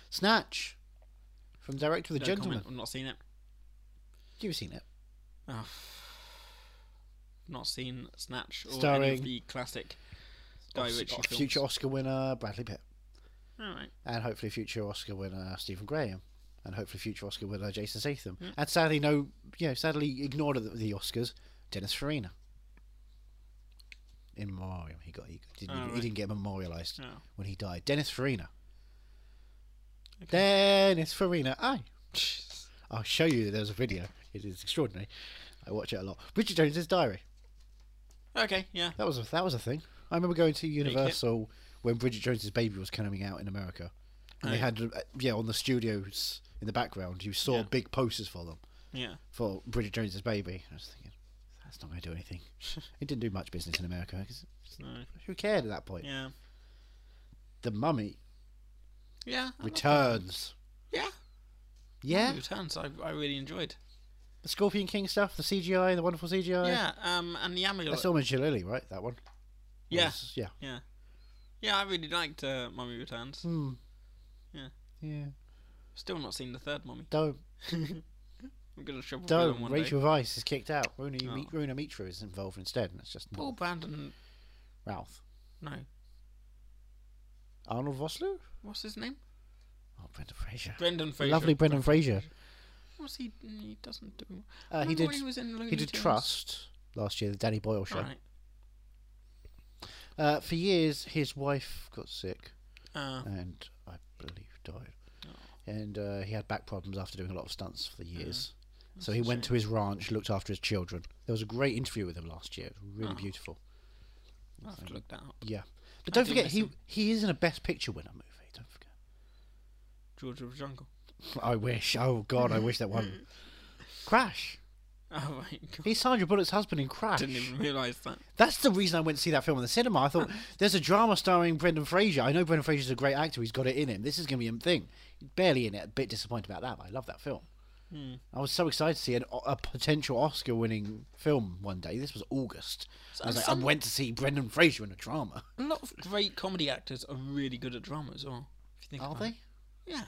Speaker 1: Snatch, from director of the
Speaker 2: No
Speaker 1: Gentleman.
Speaker 2: comment. I've not seen it.
Speaker 1: You've seen it,
Speaker 2: Oh. f- Not seen Snatch or any
Speaker 1: Starring-
Speaker 2: of the classic Guy
Speaker 1: Obs-
Speaker 2: Ritchie films.
Speaker 1: uh, future Oscar winner Bradley Pitt,
Speaker 2: All right.
Speaker 1: and hopefully future Oscar winner Stephen Graham, and hopefully future Oscar winner Jason Statham,
Speaker 2: Mm.
Speaker 1: and sadly no, you know, sadly ignored at the, the Oscars, Dennis Farina. In memoriam, he got he didn't,
Speaker 2: Oh,
Speaker 1: he
Speaker 2: right.
Speaker 1: didn't get memorialized
Speaker 2: Oh.
Speaker 1: when he died. Dennis Farina. Dennis Farina, aye. <laughs> I'll show you. There's a video. It is extraordinary. I watch it a lot. Richard Jones's Diary.
Speaker 2: Okay. Yeah.
Speaker 1: That was a, that was a thing. I remember going to Universal when Bridget Jones's Baby was coming out in America, and they had uh, yeah on the studios in the background you saw big posters for them
Speaker 2: Yeah.
Speaker 1: for Bridget Jones's Baby. I was thinking that's not going to do
Speaker 2: <laughs>
Speaker 1: anything. it didn't do much business in America 'cause
Speaker 2: No.
Speaker 1: who cared at that point?
Speaker 2: Yeah.
Speaker 1: The Mummy
Speaker 2: Yeah. I like-
Speaker 1: returns.
Speaker 2: Yeah.
Speaker 1: Yeah,
Speaker 2: Returns. I, I really enjoyed.
Speaker 1: the Scorpion King stuff, the CGI, the wonderful CGI.
Speaker 2: Yeah. Um. And the amulet.
Speaker 1: that's almost Jalili, right? That one.
Speaker 2: yeah.
Speaker 1: Was- yeah,
Speaker 2: Yeah. Yeah. I really liked uh, Mummy Returns.
Speaker 1: yeah.
Speaker 2: Still not seen the third Mummy.
Speaker 1: Don't
Speaker 2: I'm gonna shovel through them
Speaker 1: Don't.
Speaker 2: one
Speaker 1: Rachel
Speaker 2: day.
Speaker 1: Vice is kicked out. Runa,
Speaker 2: Oh.
Speaker 1: Mi- Runa Mitra is involved instead, and it's just not
Speaker 2: Paul Brandon.
Speaker 1: Ralph.
Speaker 2: No.
Speaker 1: Arnold Vosloo?
Speaker 2: What's his name?
Speaker 1: Oh, Brendan Fraser.
Speaker 2: Brendan Fraser.
Speaker 1: Lovely Brendan Fraser.
Speaker 2: What's he? He doesn't do.
Speaker 1: Uh, he
Speaker 2: Remember
Speaker 1: did.
Speaker 2: when He, was in Looney
Speaker 1: he did
Speaker 2: Tunes?
Speaker 1: Trust last year, the Danny Boyle show.
Speaker 2: All right.
Speaker 1: Uh, for years, his wife got sick
Speaker 2: Uh,
Speaker 1: and I believe died.
Speaker 2: Oh.
Speaker 1: And uh, he had back problems after doing a lot of stunts for the
Speaker 2: Uh-huh.
Speaker 1: years. So he went to his ranch, looked after his children. There was a great interview with him last year. It was really beautiful.
Speaker 2: I'll have to look that up.
Speaker 1: Yeah. But
Speaker 2: Oh.
Speaker 1: don't
Speaker 2: I do
Speaker 1: forget,
Speaker 2: miss
Speaker 1: he
Speaker 2: him.
Speaker 1: he is in a Best Picture winner movie. Don't forget. <laughs>
Speaker 2: George of the Jungle. <laughs>
Speaker 1: I wish. Oh God, I wish that one. Crash.
Speaker 2: Oh my god.
Speaker 1: He's Sandra Bullock's husband in Crash.
Speaker 2: Didn't even realise that.
Speaker 1: That's the reason I went to see that film in the cinema. I thought there's a drama starring Brendan Fraser. I know Brendan Fraser's a great actor. He's got it in him. This is going to be a thing. Barely in it. A bit disappointed about that. But I love that film. I was so excited to see an, a potential Oscar-winning film one day. This was August. I was like,
Speaker 2: some- Hmm.
Speaker 1: I went to see Brendan Fraser in a drama.
Speaker 2: A lot of great comedy actors are really good at drama as well. If you think
Speaker 1: Are
Speaker 2: about
Speaker 1: they?
Speaker 2: It. Yeah.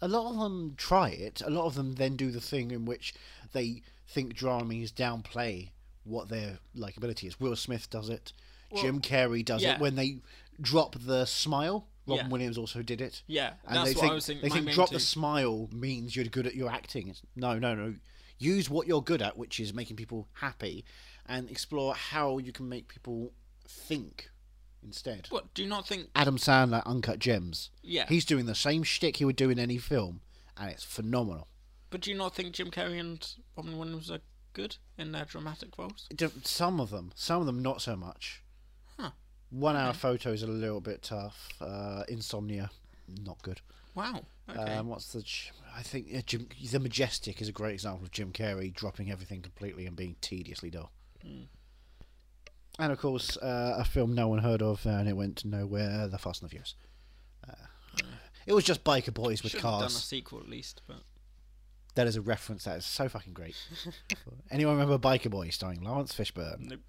Speaker 1: A lot of them try it. A lot of them then do the thing in which they think drama means downplay what their likability is. Will Smith does it. Jim Carrey does
Speaker 2: yeah.
Speaker 1: it when they drop the smile. Robin
Speaker 2: Yeah.
Speaker 1: Williams also did it.
Speaker 2: Yeah,
Speaker 1: and
Speaker 2: that's
Speaker 1: they
Speaker 2: what I
Speaker 1: think,
Speaker 2: was think-
Speaker 1: They
Speaker 2: my
Speaker 1: think
Speaker 2: main
Speaker 1: drop
Speaker 2: two.
Speaker 1: the smile means you're good at your acting. It's, no, no, no. Use what you're good at, which is making people happy, and explore how you can make people think instead.
Speaker 2: What? Do you not think?
Speaker 1: Adam Sandler, Uncut Gems.
Speaker 2: Yeah.
Speaker 1: He's doing the same shtick he would do in any film, and it's phenomenal.
Speaker 2: But do you not think Jim Carrey and Robin Williams are uh, good in their dramatic roles?
Speaker 1: D- Some of them, some of them not so much.
Speaker 2: Huh.
Speaker 1: One hour photos are a little bit tough. Uh, insomnia, not good.
Speaker 2: Wow. Okay.
Speaker 1: Um, what's the? ch- I think uh, Jim, the Majestic is a great example of Jim Carrey dropping everything completely and being tediously dull.
Speaker 2: Hmm.
Speaker 1: And of course, uh, a film no one heard of and it went nowhere. The Fast and the Furious. Uh, it was just biker boys with
Speaker 2: Should Hmm. have done a
Speaker 1: cars.
Speaker 2: sequel at least, but
Speaker 1: That is a reference that is so fucking great. Anyone remember Biker Boy starring Lawrence Fishburne?
Speaker 2: Nope.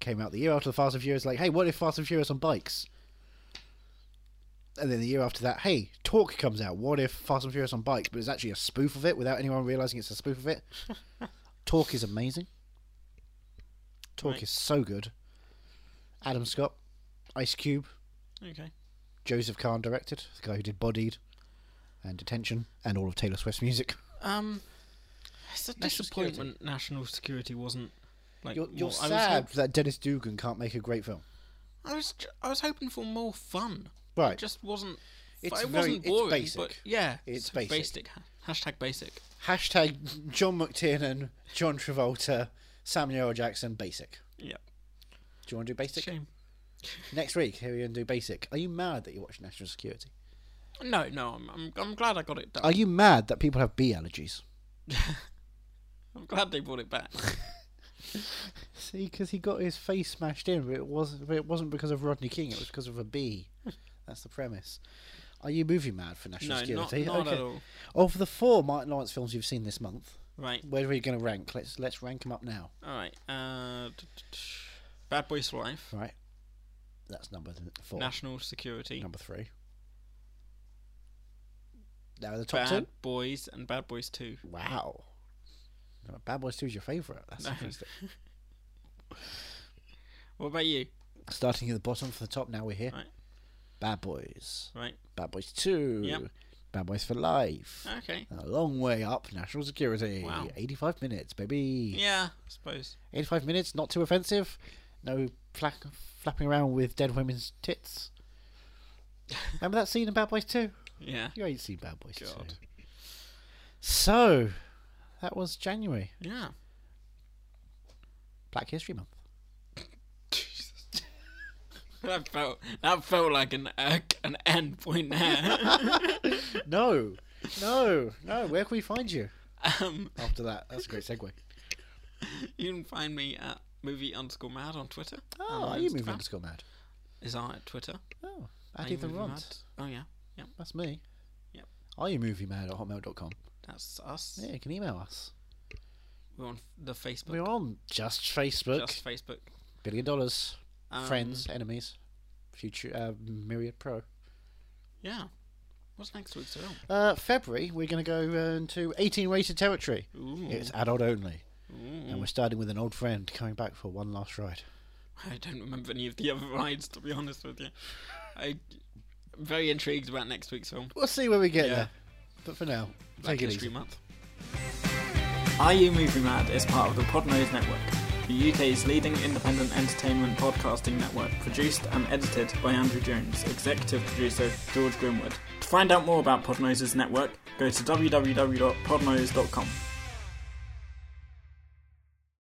Speaker 1: Came out the year after the Fast and Furious, like, hey, what if Fast and Furious on bikes? And then the year after that, hey, Talk comes out. What if Fast and Furious on bikes? But it's actually a spoof of it without anyone realizing it's a spoof of it. Talk is amazing. Talk
Speaker 2: Right.
Speaker 1: is so good. Adam Scott, Ice Cube,
Speaker 2: okay.
Speaker 1: Joseph Kahn directed, the guy who did Bodied and Detention and all of Taylor Swift's music.
Speaker 2: Um, it's a
Speaker 1: National security.
Speaker 2: disappointment. National security wasn't like
Speaker 1: You're, you're
Speaker 2: more- I was
Speaker 1: sad
Speaker 2: hop-
Speaker 1: that Dennis Dugan can't make a great film.
Speaker 2: I was j- I was hoping for more fun.
Speaker 1: Right.
Speaker 2: It just wasn't.
Speaker 1: It's
Speaker 2: it
Speaker 1: very- it's
Speaker 2: wasn't boring,
Speaker 1: basic.
Speaker 2: but yeah,
Speaker 1: It's
Speaker 2: so
Speaker 1: basic.
Speaker 2: Ha- Hashtag basic.
Speaker 1: Hashtag John McTiernan, John Travolta, Samuel L. Jackson, basic.
Speaker 2: Yep.
Speaker 1: Do you want to do basic?
Speaker 2: Shame.
Speaker 1: Next week, here we're going to do basic. Are you mad that you watch National Security?
Speaker 2: No, no. I'm, I'm I'm glad I got it done.
Speaker 1: Are you mad that people have bee allergies?
Speaker 2: I'm glad they brought
Speaker 1: <laughs>
Speaker 2: it back.
Speaker 1: See, because he got his face smashed in, but it, was, but it wasn't because of Rodney King, it was because of a bee. That's the premise. Are you movie mad for National
Speaker 2: no, not,
Speaker 1: Security?
Speaker 2: not at
Speaker 1: Okay.
Speaker 2: all.
Speaker 1: Of the four Martin Lawrence films you've seen this month,
Speaker 2: Right.
Speaker 1: where are we going to rank? Let's let's rank them up now.
Speaker 2: All right. Uh, t- t- t- Bad Boys for Life.
Speaker 1: Right. That's number th- four.
Speaker 2: National security.
Speaker 1: Number three. Now the top
Speaker 2: Bad
Speaker 1: two.
Speaker 2: Boys and Bad Boys Two.
Speaker 1: Wow. No, Bad Boys Two is your favourite. That's
Speaker 2: <laughs> No.
Speaker 1: interesting.
Speaker 2: What about you?
Speaker 1: Starting at the bottom for the top. Now we're here.
Speaker 2: Right.
Speaker 1: Bad Boys.
Speaker 2: Right.
Speaker 1: Bad Boys Two.
Speaker 2: Yep.
Speaker 1: Bad Boys for Life.
Speaker 2: Okay.
Speaker 1: And A long way up. National Security.
Speaker 2: Wow.
Speaker 1: Eighty-five minutes, baby.
Speaker 2: Yeah, I suppose.
Speaker 1: 85 minutes, not too offensive. No flack, flapping around with dead women's
Speaker 2: <laughs>
Speaker 1: tits. Remember that scene in Bad Boys 2?
Speaker 2: Yeah.
Speaker 1: You ain't seen Bad Boys 2.
Speaker 2: God.
Speaker 1: So, that was January,
Speaker 2: Yeah.
Speaker 1: Black History Month.
Speaker 2: That felt that felt like an uh, an end
Speaker 1: <laughs>
Speaker 2: point there.
Speaker 1: <laughs> No, no, no. Where can we find you
Speaker 2: um,
Speaker 1: after that? That's a great segue.
Speaker 2: you can find me at movie underscore mad on Twitter.
Speaker 1: <laughs> Oh,
Speaker 2: And
Speaker 1: are you
Speaker 2: Instagram.
Speaker 1: moving underscore mad?
Speaker 2: Is I at Twitter?
Speaker 1: Oh,
Speaker 2: Are
Speaker 1: at
Speaker 2: you
Speaker 1: Ethan
Speaker 2: movie
Speaker 1: Ront.
Speaker 2: mad? Oh yeah, yeah.
Speaker 1: That's me.
Speaker 2: Yep.
Speaker 1: Are you movie mad at hotmail.com?
Speaker 2: That's us.
Speaker 1: Yeah, you can email us.
Speaker 2: We're on the Facebook.
Speaker 1: We're on just Facebook.
Speaker 2: Just Facebook.
Speaker 1: Billion dollars.
Speaker 2: Um,
Speaker 1: friends, enemies, future uh, myriad pro.
Speaker 2: Yeah. What's next week's film?
Speaker 1: Uh, February, we're going to go uh, into 18 rated territory.
Speaker 2: Ooh.
Speaker 1: It's adult only, and we're starting with an old friend coming back for one last ride.
Speaker 2: I don't remember any of the other rides, to be honest with you. I, I'm very intrigued about next week's film.
Speaker 1: We'll see where we get
Speaker 2: Yeah.
Speaker 1: there. But for now,
Speaker 2: Black
Speaker 1: take it
Speaker 2: History
Speaker 1: easy.
Speaker 2: Month.
Speaker 8: Are You Movie Mad is part of the Podnose Network, the UK's leading independent entertainment podcasting network, produced and edited by Andrew Jones, executive producer George Grimwood. To find out more about Podnose's network, go to www.podnose.com.